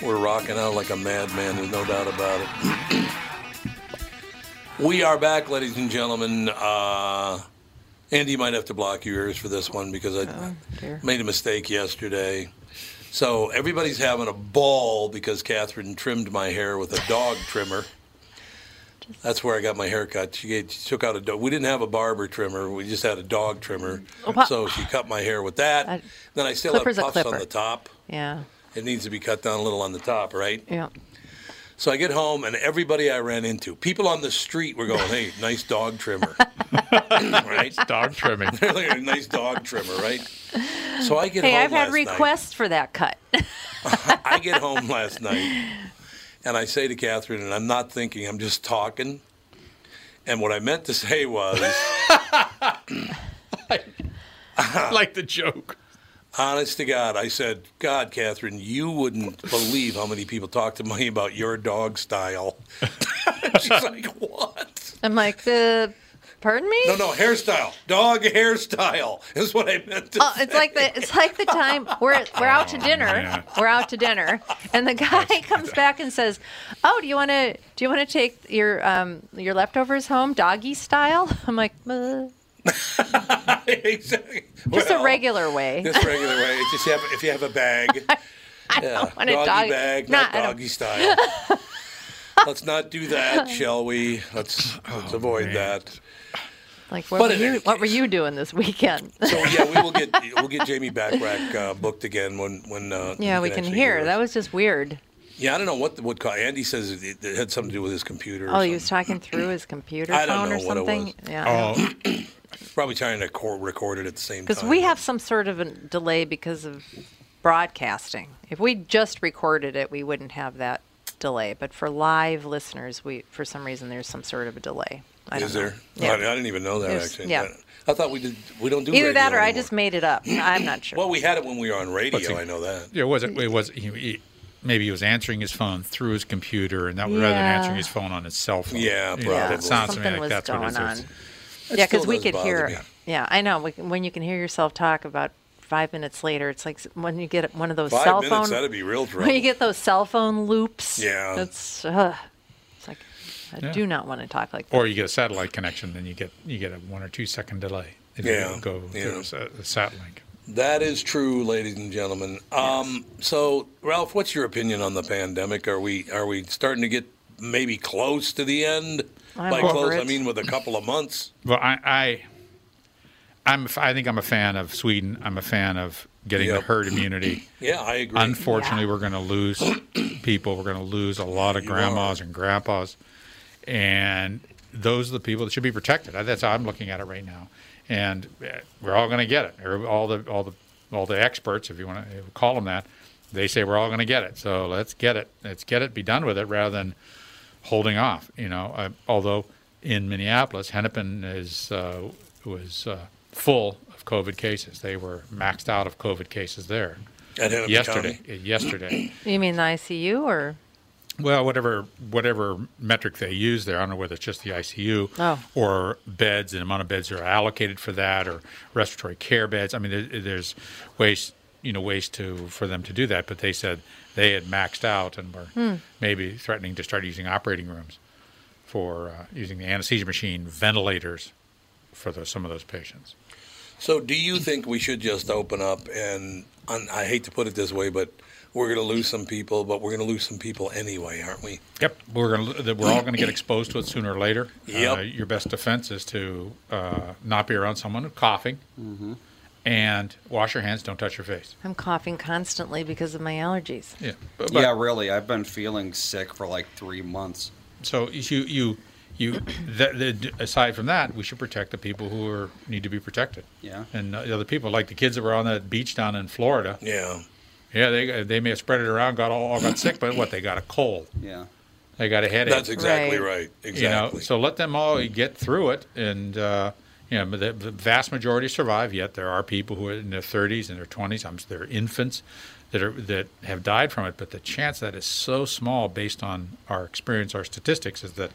Speaker 1: We're rocking out like a madman, there's no doubt about it. we are back, ladies and gentlemen. Uh, Andy you might have to block your ears for this one because I
Speaker 3: dear.
Speaker 1: made a mistake yesterday. So everybody's having a ball because Catherine trimmed my hair with a dog trimmer. That's where I got my hair cut. She, gave, she took out a dog. We didn't have a barber trimmer. We just had a dog trimmer.
Speaker 3: Wha-
Speaker 1: So she cut my hair with that.
Speaker 3: I-
Speaker 1: then I still have
Speaker 3: Clipper's a
Speaker 1: puffs on
Speaker 3: clipper.
Speaker 1: the top.
Speaker 3: Yeah.
Speaker 1: It needs to be cut down a little on the top, right?
Speaker 3: Yeah.
Speaker 1: So I get home and everybody I ran into, people on the street were going, hey, nice dog trimmer. right?
Speaker 2: Dog trimming.
Speaker 1: They're like, "A nice dog trimmer, right? So I get
Speaker 3: Hey,
Speaker 1: home
Speaker 3: I've had
Speaker 1: last night.
Speaker 3: requests for that cut.
Speaker 1: I get home last night and And I say to Catherine, and I'm not thinking, I'm just talking. And what I meant to say was,
Speaker 2: like the joke.
Speaker 1: honest to God, I said, God, Catherine, you wouldn't believe how many people talk to me about your dog style. She's like, what?
Speaker 3: I'm like the. Pardon me.
Speaker 1: No, no, hairstyle. Dog hairstyle is what I meant to
Speaker 3: Oh, it's like the it's like the time we're we're out to
Speaker 1: Oh,
Speaker 3: dinner.
Speaker 7: man.
Speaker 3: We're out to dinner, and the guy comes back and says, "Oh, do you want to do you want to take your um your leftovers home, doggy style?" I'm like, "Uh,
Speaker 1: say. exactly.
Speaker 3: just
Speaker 1: Well,
Speaker 3: a regular way.
Speaker 1: Just regular way. It's just you have, if you have a bag. Yeah,
Speaker 3: I don't want
Speaker 1: doggy
Speaker 3: a dog.
Speaker 1: bag,
Speaker 3: No,
Speaker 1: not
Speaker 3: I don't-
Speaker 1: doggy style. let's not do that, shall we? Let's let's avoid that.
Speaker 3: Like, what
Speaker 1: But
Speaker 3: were
Speaker 1: in any
Speaker 3: you what were you doing this weekend?
Speaker 1: So yeah, we will get we'll get Jamie Backrack uh, booked again when when uh,
Speaker 3: yeah,
Speaker 1: you
Speaker 3: we can
Speaker 1: actually
Speaker 3: hear.
Speaker 1: us.
Speaker 3: That was just weird.
Speaker 1: yeah, I don't know what the, what ca- Andy says it, it had something to do with his computer. or
Speaker 3: Oh, he was
Speaker 1: something.
Speaker 3: talking through his computer
Speaker 1: I don't
Speaker 3: phone or
Speaker 1: know what it
Speaker 3: something.
Speaker 1: was.
Speaker 3: Yeah,
Speaker 1: probably trying to cor- record it at the same time.
Speaker 3: because we have some sort of a delay because of broadcasting. If we just recorded it, we wouldn't have that delay. But for live listeners, we for some reason there's some sort of a delay. I don't
Speaker 1: Is
Speaker 3: know.
Speaker 1: there?
Speaker 3: Yeah.
Speaker 1: I, I didn't even know that
Speaker 3: There's-
Speaker 1: actually.
Speaker 3: yeah.
Speaker 1: I thought we did. We don't do
Speaker 3: Either
Speaker 1: radio
Speaker 3: that or I
Speaker 1: anymore.
Speaker 3: just made it up. I'm not sure.
Speaker 1: Well, we had it when we were on radio.
Speaker 2: What's it-
Speaker 1: I know that.
Speaker 2: Yeah, it was it was he, he, maybe he was answering his phone through his computer, and that rather than
Speaker 3: Yeah.
Speaker 2: answering his phone on his cell phone.
Speaker 1: Yeah,
Speaker 2: You know,
Speaker 1: probably.
Speaker 2: It sounds to
Speaker 3: something
Speaker 2: me like
Speaker 3: was
Speaker 2: that's
Speaker 3: going
Speaker 2: what it is.
Speaker 3: on.
Speaker 1: It
Speaker 3: yeah, because
Speaker 1: still
Speaker 3: we
Speaker 1: does
Speaker 3: could
Speaker 1: bother
Speaker 3: hear.
Speaker 1: me.
Speaker 3: Yeah, I know. We, when you can hear yourself talk about five minutes later, it's like s- when you get one of those
Speaker 1: Five
Speaker 3: cell
Speaker 1: minutes.
Speaker 3: phone.
Speaker 1: That'd be real trouble.
Speaker 3: when you get those cell phone loops.
Speaker 1: Yeah.
Speaker 3: That's. Uh, it's like I
Speaker 2: Yeah.
Speaker 3: do not want to talk like that.
Speaker 2: Or you get a satellite connection, then you get you get a one or two second delay if
Speaker 1: Yeah,
Speaker 2: you go
Speaker 1: yeah.
Speaker 2: through a, sa- a sat link.
Speaker 1: That is true, ladies and gentlemen. Um, so, Ralph, what's your opinion on the pandemic? Are we are we starting to get maybe close to the end?
Speaker 3: I'm
Speaker 1: By
Speaker 3: over
Speaker 1: close, I
Speaker 3: it.
Speaker 1: mean with a couple of months.
Speaker 2: Well, I, I I'm a f- I think I'm a fan of Sweden. I'm a fan of getting
Speaker 1: Yep.
Speaker 2: the herd immunity.
Speaker 1: Yeah, I agree.
Speaker 2: Unfortunately, we're going to lose people. We're going to lose a lot of
Speaker 1: You
Speaker 2: grandmas and grandpas, and those are the people that should be protected. I- That's how I'm looking at it right now, and eh, we're all going to get it. Every- All the all the all the experts, if you want to call them that, they say we're all going to get it. So let's get it. Let's get it. Be done with it rather than holding off. You know, uh, although in Minneapolis, Hennepin is uh, was uh, full of COVID cases. They were maxed out of COVID cases there
Speaker 1: At Hennepin
Speaker 2: yesterday.
Speaker 1: County.
Speaker 2: uh, Yesterday.
Speaker 3: You mean the ICU or?
Speaker 2: Well, whatever whatever metric they use there, I don't know whether it's just the ICU
Speaker 3: Oh.
Speaker 2: or beds and amount of beds that are allocated for that or respiratory care beds. I mean, there, there's ways you know ways to for them to do that, but they said they had maxed out and were maybe threatening to start using operating rooms for uh, using the anesthesia machine, ventilators for those, some of those patients.
Speaker 1: So, do you think we should just open up? And and I hate to put it this way, but we're going to lose some people, but we're going to lose some people anyway, aren't we?
Speaker 2: Yep, we're gonna that we're all gonna get exposed to it sooner or later.
Speaker 1: Yep.
Speaker 2: Uh, your best defense is to uh, not be around someone coughing,
Speaker 1: Mm-hmm.
Speaker 2: and wash your hands. Don't touch your face.
Speaker 3: I'm coughing constantly because of my allergies.
Speaker 2: Yeah. But, but-
Speaker 4: yeah, really. I've been feeling sick for like three months.
Speaker 2: So you you you that, that, aside from that, we should protect the people who are need to be protected.
Speaker 4: Yeah.
Speaker 2: And uh, the other people, like the kids that were on that beach down in Florida.
Speaker 1: Yeah.
Speaker 2: Yeah, they they may have spread it around, got all, all got sick, but what they got a cold,
Speaker 4: Yeah.
Speaker 2: they got a headache.
Speaker 1: That's exactly
Speaker 3: Right.
Speaker 1: right. Exactly.
Speaker 2: You know, so let them all get through it, and uh, you know, but the, the vast majority survive. Yet there are people who are in their 30s and their 20s. I'm they're infants that are that have died from it. But the chance that is so small, based on our experience, our statistics, is that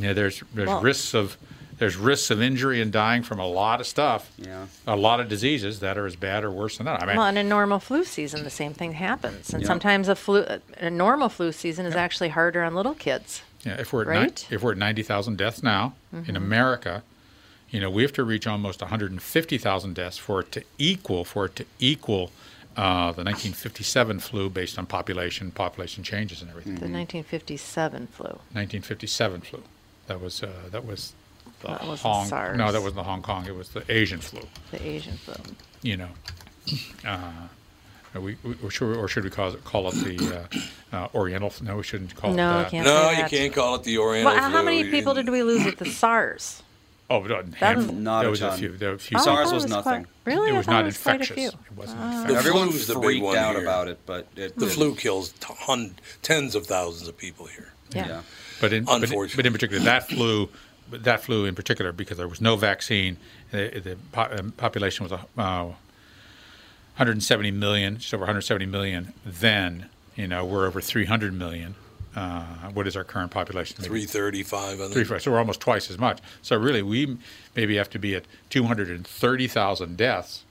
Speaker 2: you know, there's there's
Speaker 3: Well-
Speaker 2: risks of there's risks of injury and dying from a lot of stuff.
Speaker 4: Yeah.
Speaker 2: A lot of diseases that are as bad or worse than that. I mean,
Speaker 3: Well, in a normal flu season, the same thing happens, and
Speaker 4: Yeah.
Speaker 3: sometimes a flu, a normal flu season is actually harder on little kids.
Speaker 2: Yeah, if we're at
Speaker 3: Right? Mm-hmm.
Speaker 2: ni- if we're at ninety thousand deaths now in America, you know we have to reach almost one hundred and fifty thousand deaths for it to equal for it to equal uh, the nineteen fifty seven flu based on population population changes and everything.
Speaker 3: The 1957 flu.
Speaker 2: Nineteen fifty seven flu, that was uh, that was the
Speaker 3: That wasn't
Speaker 2: Hong
Speaker 3: SARS.
Speaker 2: no that wasn't the Hong Kong it was the Asian flu.
Speaker 3: The Asian flu.
Speaker 2: You know, uh, we, we or should or should we call it call it the uh, uh, Oriental? flu? No, we shouldn't call it
Speaker 3: No,
Speaker 2: Oh, that.
Speaker 3: I can't.
Speaker 1: no,
Speaker 3: say
Speaker 1: you
Speaker 3: that.
Speaker 1: can't call it the Oriental.
Speaker 3: Well, how many
Speaker 1: flu.
Speaker 3: people did we lose with the SARS?
Speaker 2: Oh, but a
Speaker 3: That was-
Speaker 2: handful.
Speaker 4: Not
Speaker 2: there
Speaker 4: a
Speaker 2: was a
Speaker 4: ton.
Speaker 2: few. There were a few.
Speaker 3: Oh, I
Speaker 4: SARS
Speaker 3: thought
Speaker 4: was
Speaker 3: it
Speaker 4: nothing.
Speaker 3: quite- really?
Speaker 2: It
Speaker 3: I
Speaker 2: was
Speaker 3: thought
Speaker 2: not
Speaker 3: it was quite a
Speaker 2: infectious.
Speaker 3: few.
Speaker 2: It wasn't
Speaker 3: Wow.
Speaker 2: infectious.
Speaker 4: Now,
Speaker 6: The
Speaker 4: Everyone
Speaker 6: flu's the big
Speaker 4: freaked
Speaker 6: one
Speaker 4: out
Speaker 6: here.
Speaker 4: about it, but it,
Speaker 6: The flu kills t- hun- tens of thousands of people here.
Speaker 3: Yeah.
Speaker 4: yeah.
Speaker 2: But in, but,
Speaker 6: Unfortunately.
Speaker 2: but in particular, that flu, but that flu in particular, because there was no vaccine, the, the po- um, population was uh, 170 million, just over 170 million. Then, you know, we're over 300 million. Uh, what is our current population? Maybe
Speaker 6: 335, I think.
Speaker 2: three, so we're almost twice as much. So really, we maybe have to be at 230,000 deaths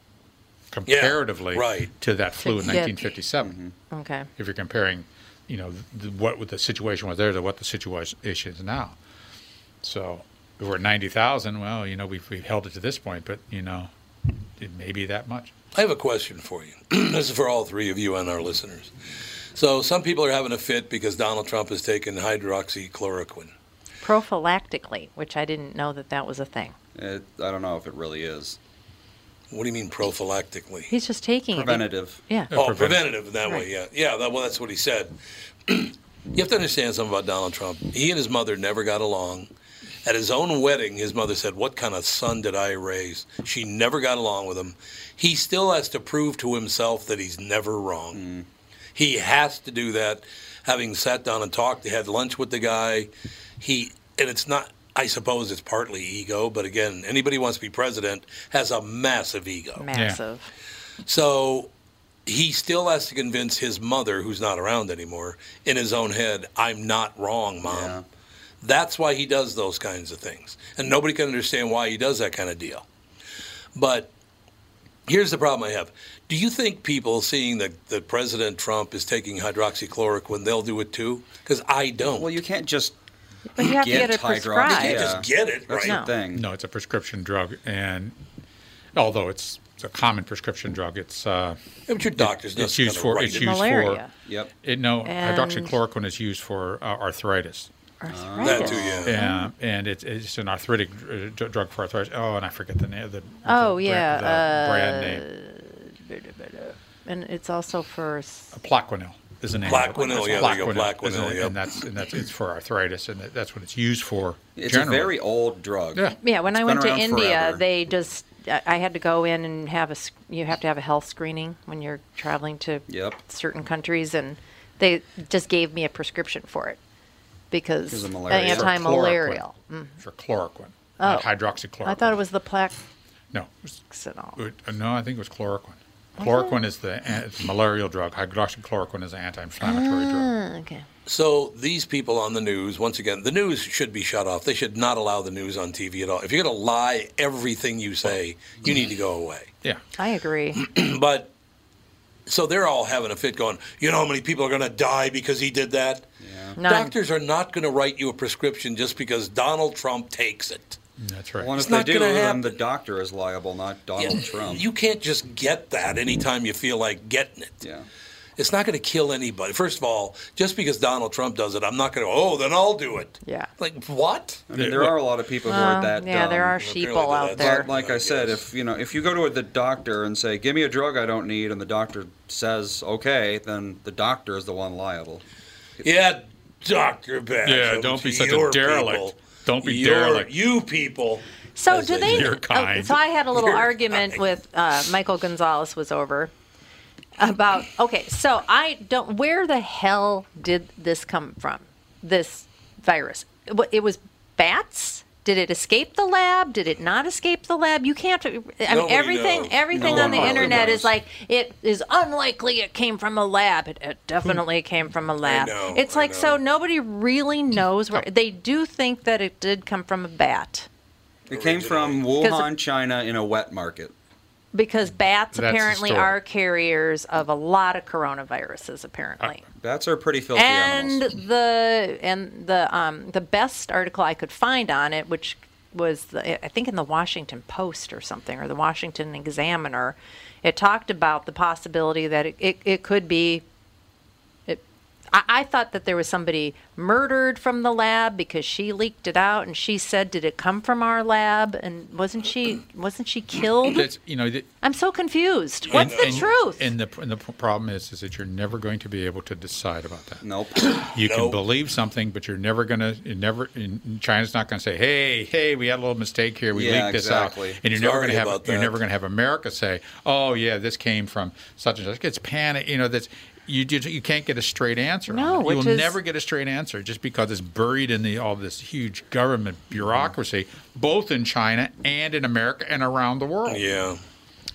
Speaker 2: comparatively
Speaker 6: right.
Speaker 2: to that flu in
Speaker 3: get-
Speaker 2: 1957
Speaker 3: Okay.
Speaker 2: if you're comparing, you know, the, what the situation was there to what the situation is now. So if we're at 90,000, well, you know, we've, we've held it to this point, but, you know, it may be that much.
Speaker 6: I have a question for you. this is for all three of you and our listeners. So, some people are having a fit because Donald Trump has taken hydroxychloroquine.
Speaker 3: Prophylactically, which I didn't know that that was a thing.
Speaker 4: It, I don't know if it really is
Speaker 6: What do you mean prophylactically?
Speaker 3: He's just taking
Speaker 4: preventative.
Speaker 3: it. Yeah.
Speaker 6: oh,
Speaker 2: prevent-
Speaker 6: preventative in that
Speaker 3: Right.
Speaker 6: way, yeah. Yeah, that, well, that's what he said. you have to understand something about Donald Trump. He and his mother never got along. At his own wedding, his mother said, What kind of son did I raise? She never got along with him. He still has to prove to himself that he's never wrong. He has to do that. Having sat down and talked, had lunch with the guy. He and it's not. I suppose it's partly ego, but again, anybody who wants to be president has a massive
Speaker 4: Oh.
Speaker 6: ego.
Speaker 3: Massive.
Speaker 6: So he still has to convince his mother, who's not around anymore, in his own head, I'm not wrong, mom.
Speaker 4: Yeah.
Speaker 6: That's why he does those kinds of things. And nobody can understand why he does that kind of deal. But here's the problem I have. Do you think people seeing that, that President Trump is taking hydroxychloroquine, they'll do it too? Because I don't.
Speaker 4: Well, you can't just
Speaker 3: But you have to
Speaker 4: Get
Speaker 3: get it
Speaker 4: hydroxy-
Speaker 3: prescribed.
Speaker 4: Yeah.
Speaker 6: just get it,
Speaker 4: that's
Speaker 6: right?
Speaker 3: No.
Speaker 4: the thing.
Speaker 2: No, it's a prescription drug. And although it's, it's a common prescription drug, it's, uh,
Speaker 6: Yeah, but your doctor's not
Speaker 2: it's used
Speaker 6: gonna
Speaker 2: for,
Speaker 6: write
Speaker 2: it's
Speaker 6: it.
Speaker 2: used
Speaker 3: Malaria.
Speaker 2: for,
Speaker 4: Yep.
Speaker 2: it, no,
Speaker 3: And-
Speaker 2: hydroxychloroquine is used for uh, arthritis.
Speaker 6: That
Speaker 3: Arthritis.
Speaker 6: too, yeah.
Speaker 2: Yeah, and it's it's an arthritic uh, dr- drug for arthritis. Oh, and I forget the name. The,
Speaker 3: Oh,
Speaker 2: the
Speaker 3: yeah, uh,
Speaker 2: brand, the brand name.
Speaker 3: And it's also for s-
Speaker 2: Plaquenil is the name.
Speaker 6: Plaquenil, yeah, there you go,
Speaker 2: is the-
Speaker 6: Plaquenil, yep.
Speaker 2: and that's and that's it's for arthritis, and that- that's what it's used for.
Speaker 4: It's
Speaker 2: generally.
Speaker 4: a very old drug.
Speaker 2: Yeah.
Speaker 3: Yeah, when I
Speaker 4: been
Speaker 3: went to
Speaker 4: around
Speaker 3: India,
Speaker 4: forever.
Speaker 3: they just I I had to go in and have a s- you have to have a health screening when you're traveling to
Speaker 4: Yep.
Speaker 3: certain countries, and they just gave me a prescription for it because
Speaker 4: Because of
Speaker 3: an
Speaker 4: malaria.
Speaker 2: For
Speaker 3: anti-malarial. Mm. Oh.
Speaker 2: chloroquine. For chloroquine, not hydroxychloroquine.
Speaker 3: I thought it was the plaque
Speaker 2: no. it was-
Speaker 3: and all.
Speaker 2: it- uh, no, I think it was chloroquine. Chloroquine is the an- it's a malarial drug. Hydroxychloroquine is an anti-inflammatory drug.
Speaker 3: Hmm, Okay.
Speaker 6: So these people on the news, once again, the news should be shut off. They should not allow the news on TV at all. If you're going to lie everything you say, you need to go away.
Speaker 2: Yeah,
Speaker 3: I agree.
Speaker 6: But so they're all having a fit going, you know how many people are going to die because he did that?
Speaker 3: None.
Speaker 6: Doctors are not going to write you a prescription just because Donald Trump takes it.
Speaker 2: that's right.
Speaker 4: Well, and
Speaker 6: It's
Speaker 4: if they
Speaker 6: not
Speaker 4: do,
Speaker 6: gonna
Speaker 4: then the
Speaker 6: happen.
Speaker 4: doctor is liable, not Donald Trump.
Speaker 6: You can't just get that anytime you feel like getting it.
Speaker 4: yeah.
Speaker 6: It's not going to kill anybody. First of all, just because Donald Trump does it, I'm not going to, oh, then I'll do it.
Speaker 3: Yeah.
Speaker 6: Like, what?
Speaker 4: I mean, there are a lot of people who are that um,
Speaker 3: yeah, there
Speaker 4: dumb.
Speaker 3: are
Speaker 6: apparently
Speaker 3: sheeple out
Speaker 6: that's-
Speaker 3: there.
Speaker 4: But like I said, if you know, if you go to the doctor and say, "Give me a drug I don't need," and the doctor says, "Okay," then the doctor is the one liable.
Speaker 6: Yeah, Dr. Bash.
Speaker 2: Yeah,
Speaker 6: it
Speaker 2: don't
Speaker 6: was
Speaker 2: be such a
Speaker 6: your
Speaker 2: derelict.
Speaker 6: people.
Speaker 2: Don't be
Speaker 6: Your-
Speaker 2: derelict.
Speaker 6: You people.
Speaker 3: So
Speaker 6: as
Speaker 3: do they?
Speaker 2: You're
Speaker 3: oh,
Speaker 2: kind.
Speaker 3: so I had a little
Speaker 6: You're
Speaker 3: argument
Speaker 6: kind.
Speaker 3: with uh, Michael Gonzalez was over about okay. So I don't. Where the hell did this come from? This virus? What- It was bats. Did it escape the lab? Did it not escape the lab? You can't. I mean,
Speaker 6: Nobody
Speaker 3: everything.
Speaker 6: knows.
Speaker 3: Everything
Speaker 4: No
Speaker 3: on
Speaker 4: one
Speaker 3: the
Speaker 4: really
Speaker 3: internet is
Speaker 4: knows.
Speaker 3: like it is unlikely it came from a lab. It, it definitely came from a lab.
Speaker 6: know,
Speaker 3: it's
Speaker 6: Hmm. I
Speaker 3: like
Speaker 6: know.
Speaker 3: so nobody really knows where. They do think that it did come from a bat.
Speaker 4: It came from Wuhan, China, in a wet market.
Speaker 3: Because
Speaker 2: That's
Speaker 3: bats
Speaker 2: the
Speaker 3: apparently
Speaker 2: story.
Speaker 3: are carriers of a lot of coronaviruses,
Speaker 2: Uh,
Speaker 3: apparently.
Speaker 4: Bats are pretty filthy
Speaker 3: and
Speaker 4: animals.
Speaker 3: the and the um, the best article I could find on it, which was the, I think in the Washington Post or something or the Washington Examiner, it talked about the possibility that it, it, it could be it I, I thought that there was somebody murdered from the lab because she leaked it out and she said, "Did it come from our lab?" And wasn't she wasn't she killed?
Speaker 2: That's you know. The,
Speaker 3: I'm so confused. What's the truth?
Speaker 2: And the and the p- problem is, is that you're never going to be able to decide about that.
Speaker 4: Nope.
Speaker 2: You can
Speaker 4: Nope.
Speaker 2: believe something, but you're never going to you're never. in- China's not going to say, "Hey, hey, we had a little mistake here. We
Speaker 4: Yeah,
Speaker 2: leaked this
Speaker 4: exactly.
Speaker 2: out." And you're never
Speaker 4: Sorry
Speaker 2: going to have
Speaker 4: about
Speaker 2: you're
Speaker 4: that.
Speaker 2: never going to have America say, "Oh yeah, this came from such and such." It's panic. You know that's. You, just, you can't get a straight answer.
Speaker 3: No,
Speaker 2: on it.
Speaker 3: which
Speaker 2: you will
Speaker 3: is-
Speaker 2: never get a straight answer just because it's buried in the all this huge government bureaucracy, both in China and in America and around the world.
Speaker 6: Yeah.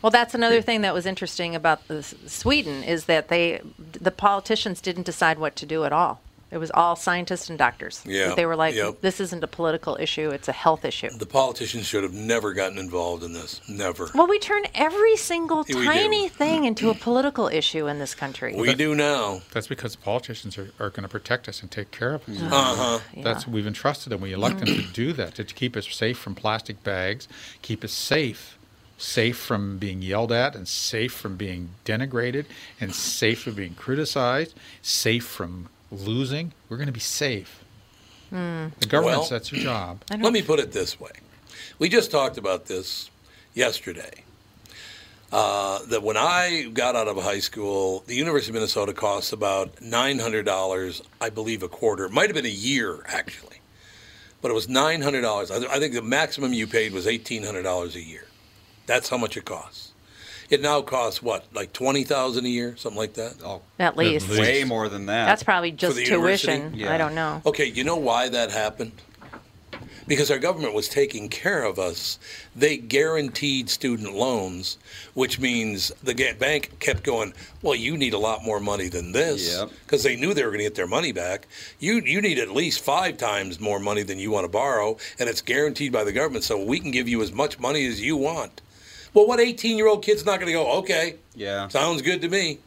Speaker 3: Well, that's another thing that was interesting about the, Sweden is that they the politicians didn't decide what to do at all. It was all scientists and doctors.
Speaker 6: Yeah,
Speaker 3: They were like,
Speaker 6: yep.
Speaker 3: this isn't a political issue; it's a health issue.
Speaker 6: The politicians should have never gotten involved in this. Never.
Speaker 3: Well, we turn every single
Speaker 6: Yeah, we do.
Speaker 3: tiny thing into a political issue in this country.
Speaker 6: We do now.
Speaker 2: That's because the politicians are, are going to protect us and take care of us.
Speaker 4: Uh-huh.
Speaker 6: Uh huh.
Speaker 2: That's we've entrusted them. We elect them to do that to keep us safe from plastic bags, keep us safe, safe from being yelled at, and safe from being denigrated, and safe from being criticized, safe from losing. We're going to be safe.
Speaker 6: Hmm.
Speaker 2: The government's
Speaker 6: Well-
Speaker 2: that's their job.
Speaker 6: Let me put it this way. We just talked about this yesterday. Uh, that when I got out of high school, the University of Minnesota costs about $900, I believe, a quarter. It might have been a year, actually. But it was $900. I, th- I think the maximum you paid was $1,800 a year. That's how much it costs. It now costs what, like 20000 a year? Something like that?
Speaker 4: Oh,
Speaker 3: At least
Speaker 4: way more than that.
Speaker 3: that's probably just
Speaker 6: the
Speaker 3: tuition.
Speaker 6: university?
Speaker 3: I don't know.
Speaker 6: Okay, you know why that happened? Because our government was taking care of us. They guaranteed student loans, which means the ga- bank kept going, well, you need a lot more money than this.
Speaker 4: Yep.
Speaker 6: Because they knew they were going to get their money back. You, you need at least five times more money than you want to borrow, and it's guaranteed by the government. So we can give you as much money as you want. Well, what 18 year old kid's not going to go, okay,
Speaker 4: Yeah.
Speaker 6: sounds good to me?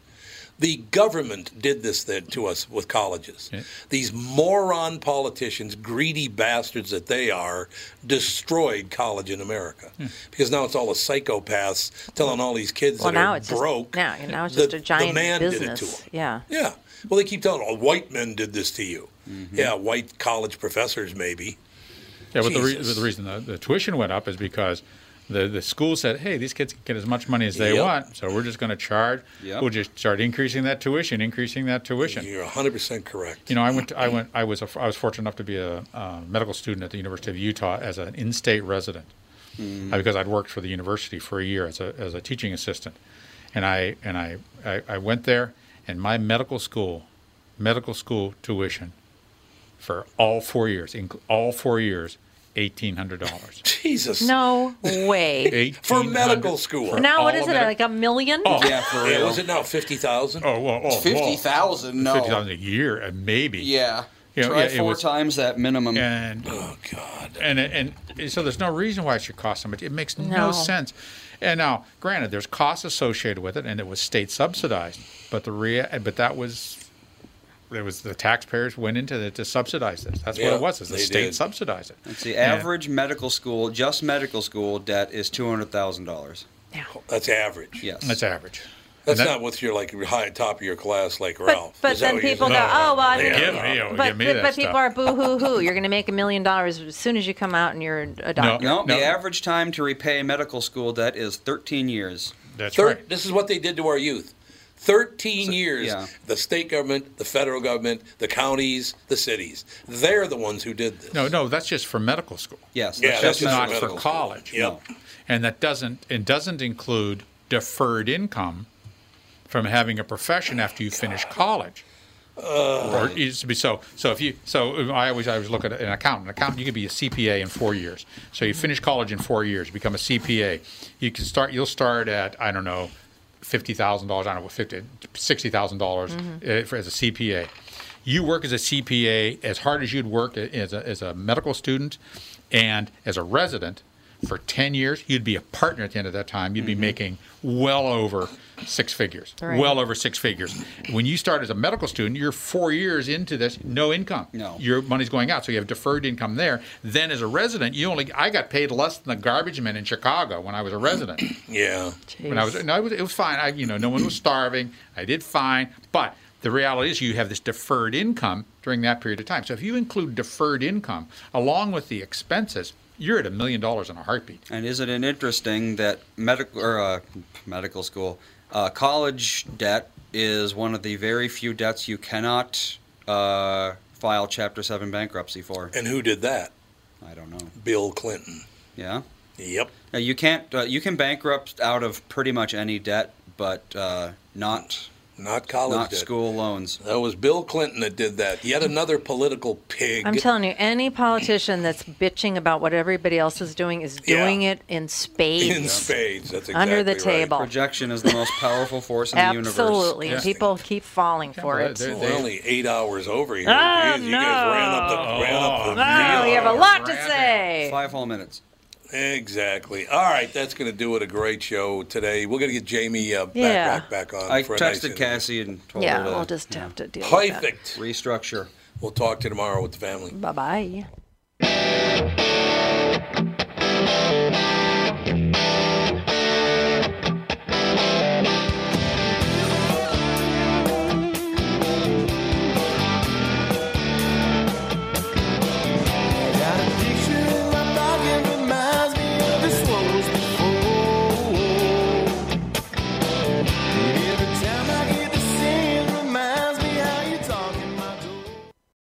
Speaker 6: The government did this then to us with colleges. These moron politicians, greedy bastards that they are, destroyed college in America
Speaker 2: Hmm.
Speaker 6: because now it's all the psychopaths telling all these kids
Speaker 3: Well,
Speaker 6: that
Speaker 3: now
Speaker 6: are
Speaker 3: it's just
Speaker 6: broke.
Speaker 3: now, now it's
Speaker 6: the-
Speaker 3: just a giant
Speaker 6: the man
Speaker 3: business.
Speaker 6: Did it to 'em.
Speaker 3: Yeah.
Speaker 6: Yeah. Well, they keep telling, oh, white men did this to you. Yeah, white college professors maybe.
Speaker 2: Mm-hmm. Yeah, but the, re-
Speaker 6: Jesus.
Speaker 2: but the reason the, the tuition went up is because the, the school said, hey, these kids can get as much money as they
Speaker 6: Yep.
Speaker 2: want, so we're just going to charge.
Speaker 4: Yep.
Speaker 2: We'll just start increasing that tuition, increasing that tuition.
Speaker 6: You're 100% correct.
Speaker 2: You know, I went. I went. I was. A, I was fortunate enough to be a uh, medical student at the University of Utah as an in-state resident,
Speaker 6: Mm.
Speaker 2: uh, because I'd worked for the university for a year as a as a teaching assistant, and I and I I, I went there, and my medical school, medical school tuition, for all four years, inc- all four years, eighteen hundred dollars.
Speaker 6: Jesus.
Speaker 3: No way.
Speaker 6: For medical school.
Speaker 3: now what is it?
Speaker 2: medic-
Speaker 3: like a million?
Speaker 4: yeah, for
Speaker 6: Yeah,
Speaker 4: real.
Speaker 6: was it now 50,000?
Speaker 2: Oh, whoa, oh,
Speaker 4: Fifty thousand? No.
Speaker 2: Fifty thousand a year, and maybe.
Speaker 4: Yeah.
Speaker 2: You know,
Speaker 4: Try
Speaker 2: yeah, it
Speaker 4: four
Speaker 2: was-
Speaker 4: times that minimum.
Speaker 2: And
Speaker 6: Oh, God.
Speaker 2: and and so there's no reason why it should cost so much. It makes no,
Speaker 3: No.
Speaker 2: sense. And now, granted, there's costs associated with it, and it was state subsidized. But the rea- but that was it was the taxpayers went into it to subsidize this. That's what
Speaker 6: Yeah,
Speaker 2: it was. Is the
Speaker 6: they
Speaker 2: state
Speaker 6: did.
Speaker 2: subsidized it?
Speaker 4: It's the average medical school, just medical school debt is two hundred thousand dollars.
Speaker 6: That's average.
Speaker 4: Yes.
Speaker 2: That's average.
Speaker 6: That's
Speaker 2: And that-
Speaker 6: not with your like high top of your class like
Speaker 3: But,
Speaker 6: Ralph.
Speaker 3: but
Speaker 6: Is that
Speaker 3: then
Speaker 6: what you're
Speaker 3: people go,
Speaker 6: saying?
Speaker 3: oh, well, I'm
Speaker 6: Yeah.
Speaker 3: gonna-
Speaker 2: Give me, you know,
Speaker 3: but,
Speaker 2: give me
Speaker 3: but,
Speaker 2: that
Speaker 3: but
Speaker 2: stuff.
Speaker 3: people are boo hoo hoo. You're going to make a million dollars as soon as you come out and you're a doctor.
Speaker 4: No,
Speaker 2: No.
Speaker 4: the average time to repay medical school debt is 13 years.
Speaker 2: That's
Speaker 6: Thir-
Speaker 2: right.
Speaker 6: This is what they did to our youth. 13 years,
Speaker 4: yeah.
Speaker 6: the state government, the federal government, the counties, the cities. They're the ones who did this.
Speaker 2: No, no, that's just for medical school.
Speaker 4: Yes,
Speaker 6: Yeah,
Speaker 4: that's
Speaker 2: that's
Speaker 4: just
Speaker 2: not
Speaker 4: medical
Speaker 2: for
Speaker 4: school.
Speaker 2: college.
Speaker 6: Yep.
Speaker 2: and that doesn't it doesn't include deferred income from having a profession after you finish college. or it used to be so. So if you so I always I always look at an accountant. An accountant you could be a CPA in four years. So you finish college in four years, become a CPA. You can start. You'll start at I don't know. Fifty thousand dollars, I don't know, fifty, sixty thousand dollars uh, for- as a CPA. You work as a CPA as hard as you'd work a- as a, as a medical student and as a resident for ten years. You'd be a partner at the end of that time. You'd be making well over six figures,
Speaker 3: Right.
Speaker 2: well over six figures. When you start as a medical student, you're four years into this, no income.
Speaker 4: No.
Speaker 2: Your money's going out. So you have deferred income there. Then as a resident, you only I got paid less than the garbage man in Chicago when I was a resident.
Speaker 6: Yeah.
Speaker 2: when I was no, it was, it was fine. I you know, no one was starving. I did fine. But The reality is you have this deferred income during that period of time. So if you include deferred income along with the expenses, you're at a million dollars in a heartbeat.
Speaker 4: And isn't it interesting that medical or uh, medical school, uh, college debt is one of the very few debts you cannot uh, file Chapter Seven bankruptcy for?
Speaker 6: And who did that?
Speaker 4: I don't know.
Speaker 6: Bill Clinton.
Speaker 4: Yeah.
Speaker 6: Yep.
Speaker 4: Now you can't. Uh, you can bankrupt out of pretty much any debt, but uh, not
Speaker 6: Not college
Speaker 4: not
Speaker 6: debt.
Speaker 4: school loans.
Speaker 6: That was Bill Clinton that did that. Yet another political pig.
Speaker 3: I'm telling you, any politician that's bitching about what everybody else is doing is
Speaker 6: Yeah.
Speaker 3: doing it in spades.
Speaker 6: in spades. That's exactly
Speaker 3: Under the
Speaker 6: right.
Speaker 3: table.
Speaker 4: Projection is the most powerful force in the universe.
Speaker 3: Absolutely. and People keep falling for
Speaker 2: they're-
Speaker 3: it.
Speaker 2: they're-
Speaker 6: Well, We're only eight hours over here.
Speaker 3: Oh,
Speaker 6: Jeez, you guys ran up the ran up the
Speaker 3: Oh, we have a lot to
Speaker 2: Rabbit.
Speaker 3: say.
Speaker 4: Five whole minutes.
Speaker 6: Exactly. All right, that's going to do it. A great show today. We're going to get Jamie uh, back,
Speaker 3: Yeah.
Speaker 6: back back on.
Speaker 4: I
Speaker 6: for a nice
Speaker 4: texted
Speaker 6: interview.
Speaker 4: Cassie and told
Speaker 3: Yeah,
Speaker 4: her to
Speaker 3: we'll just have to deal with it.
Speaker 6: Perfect.
Speaker 4: restructure.
Speaker 6: We'll talk to you tomorrow with the family.
Speaker 3: Bye bye.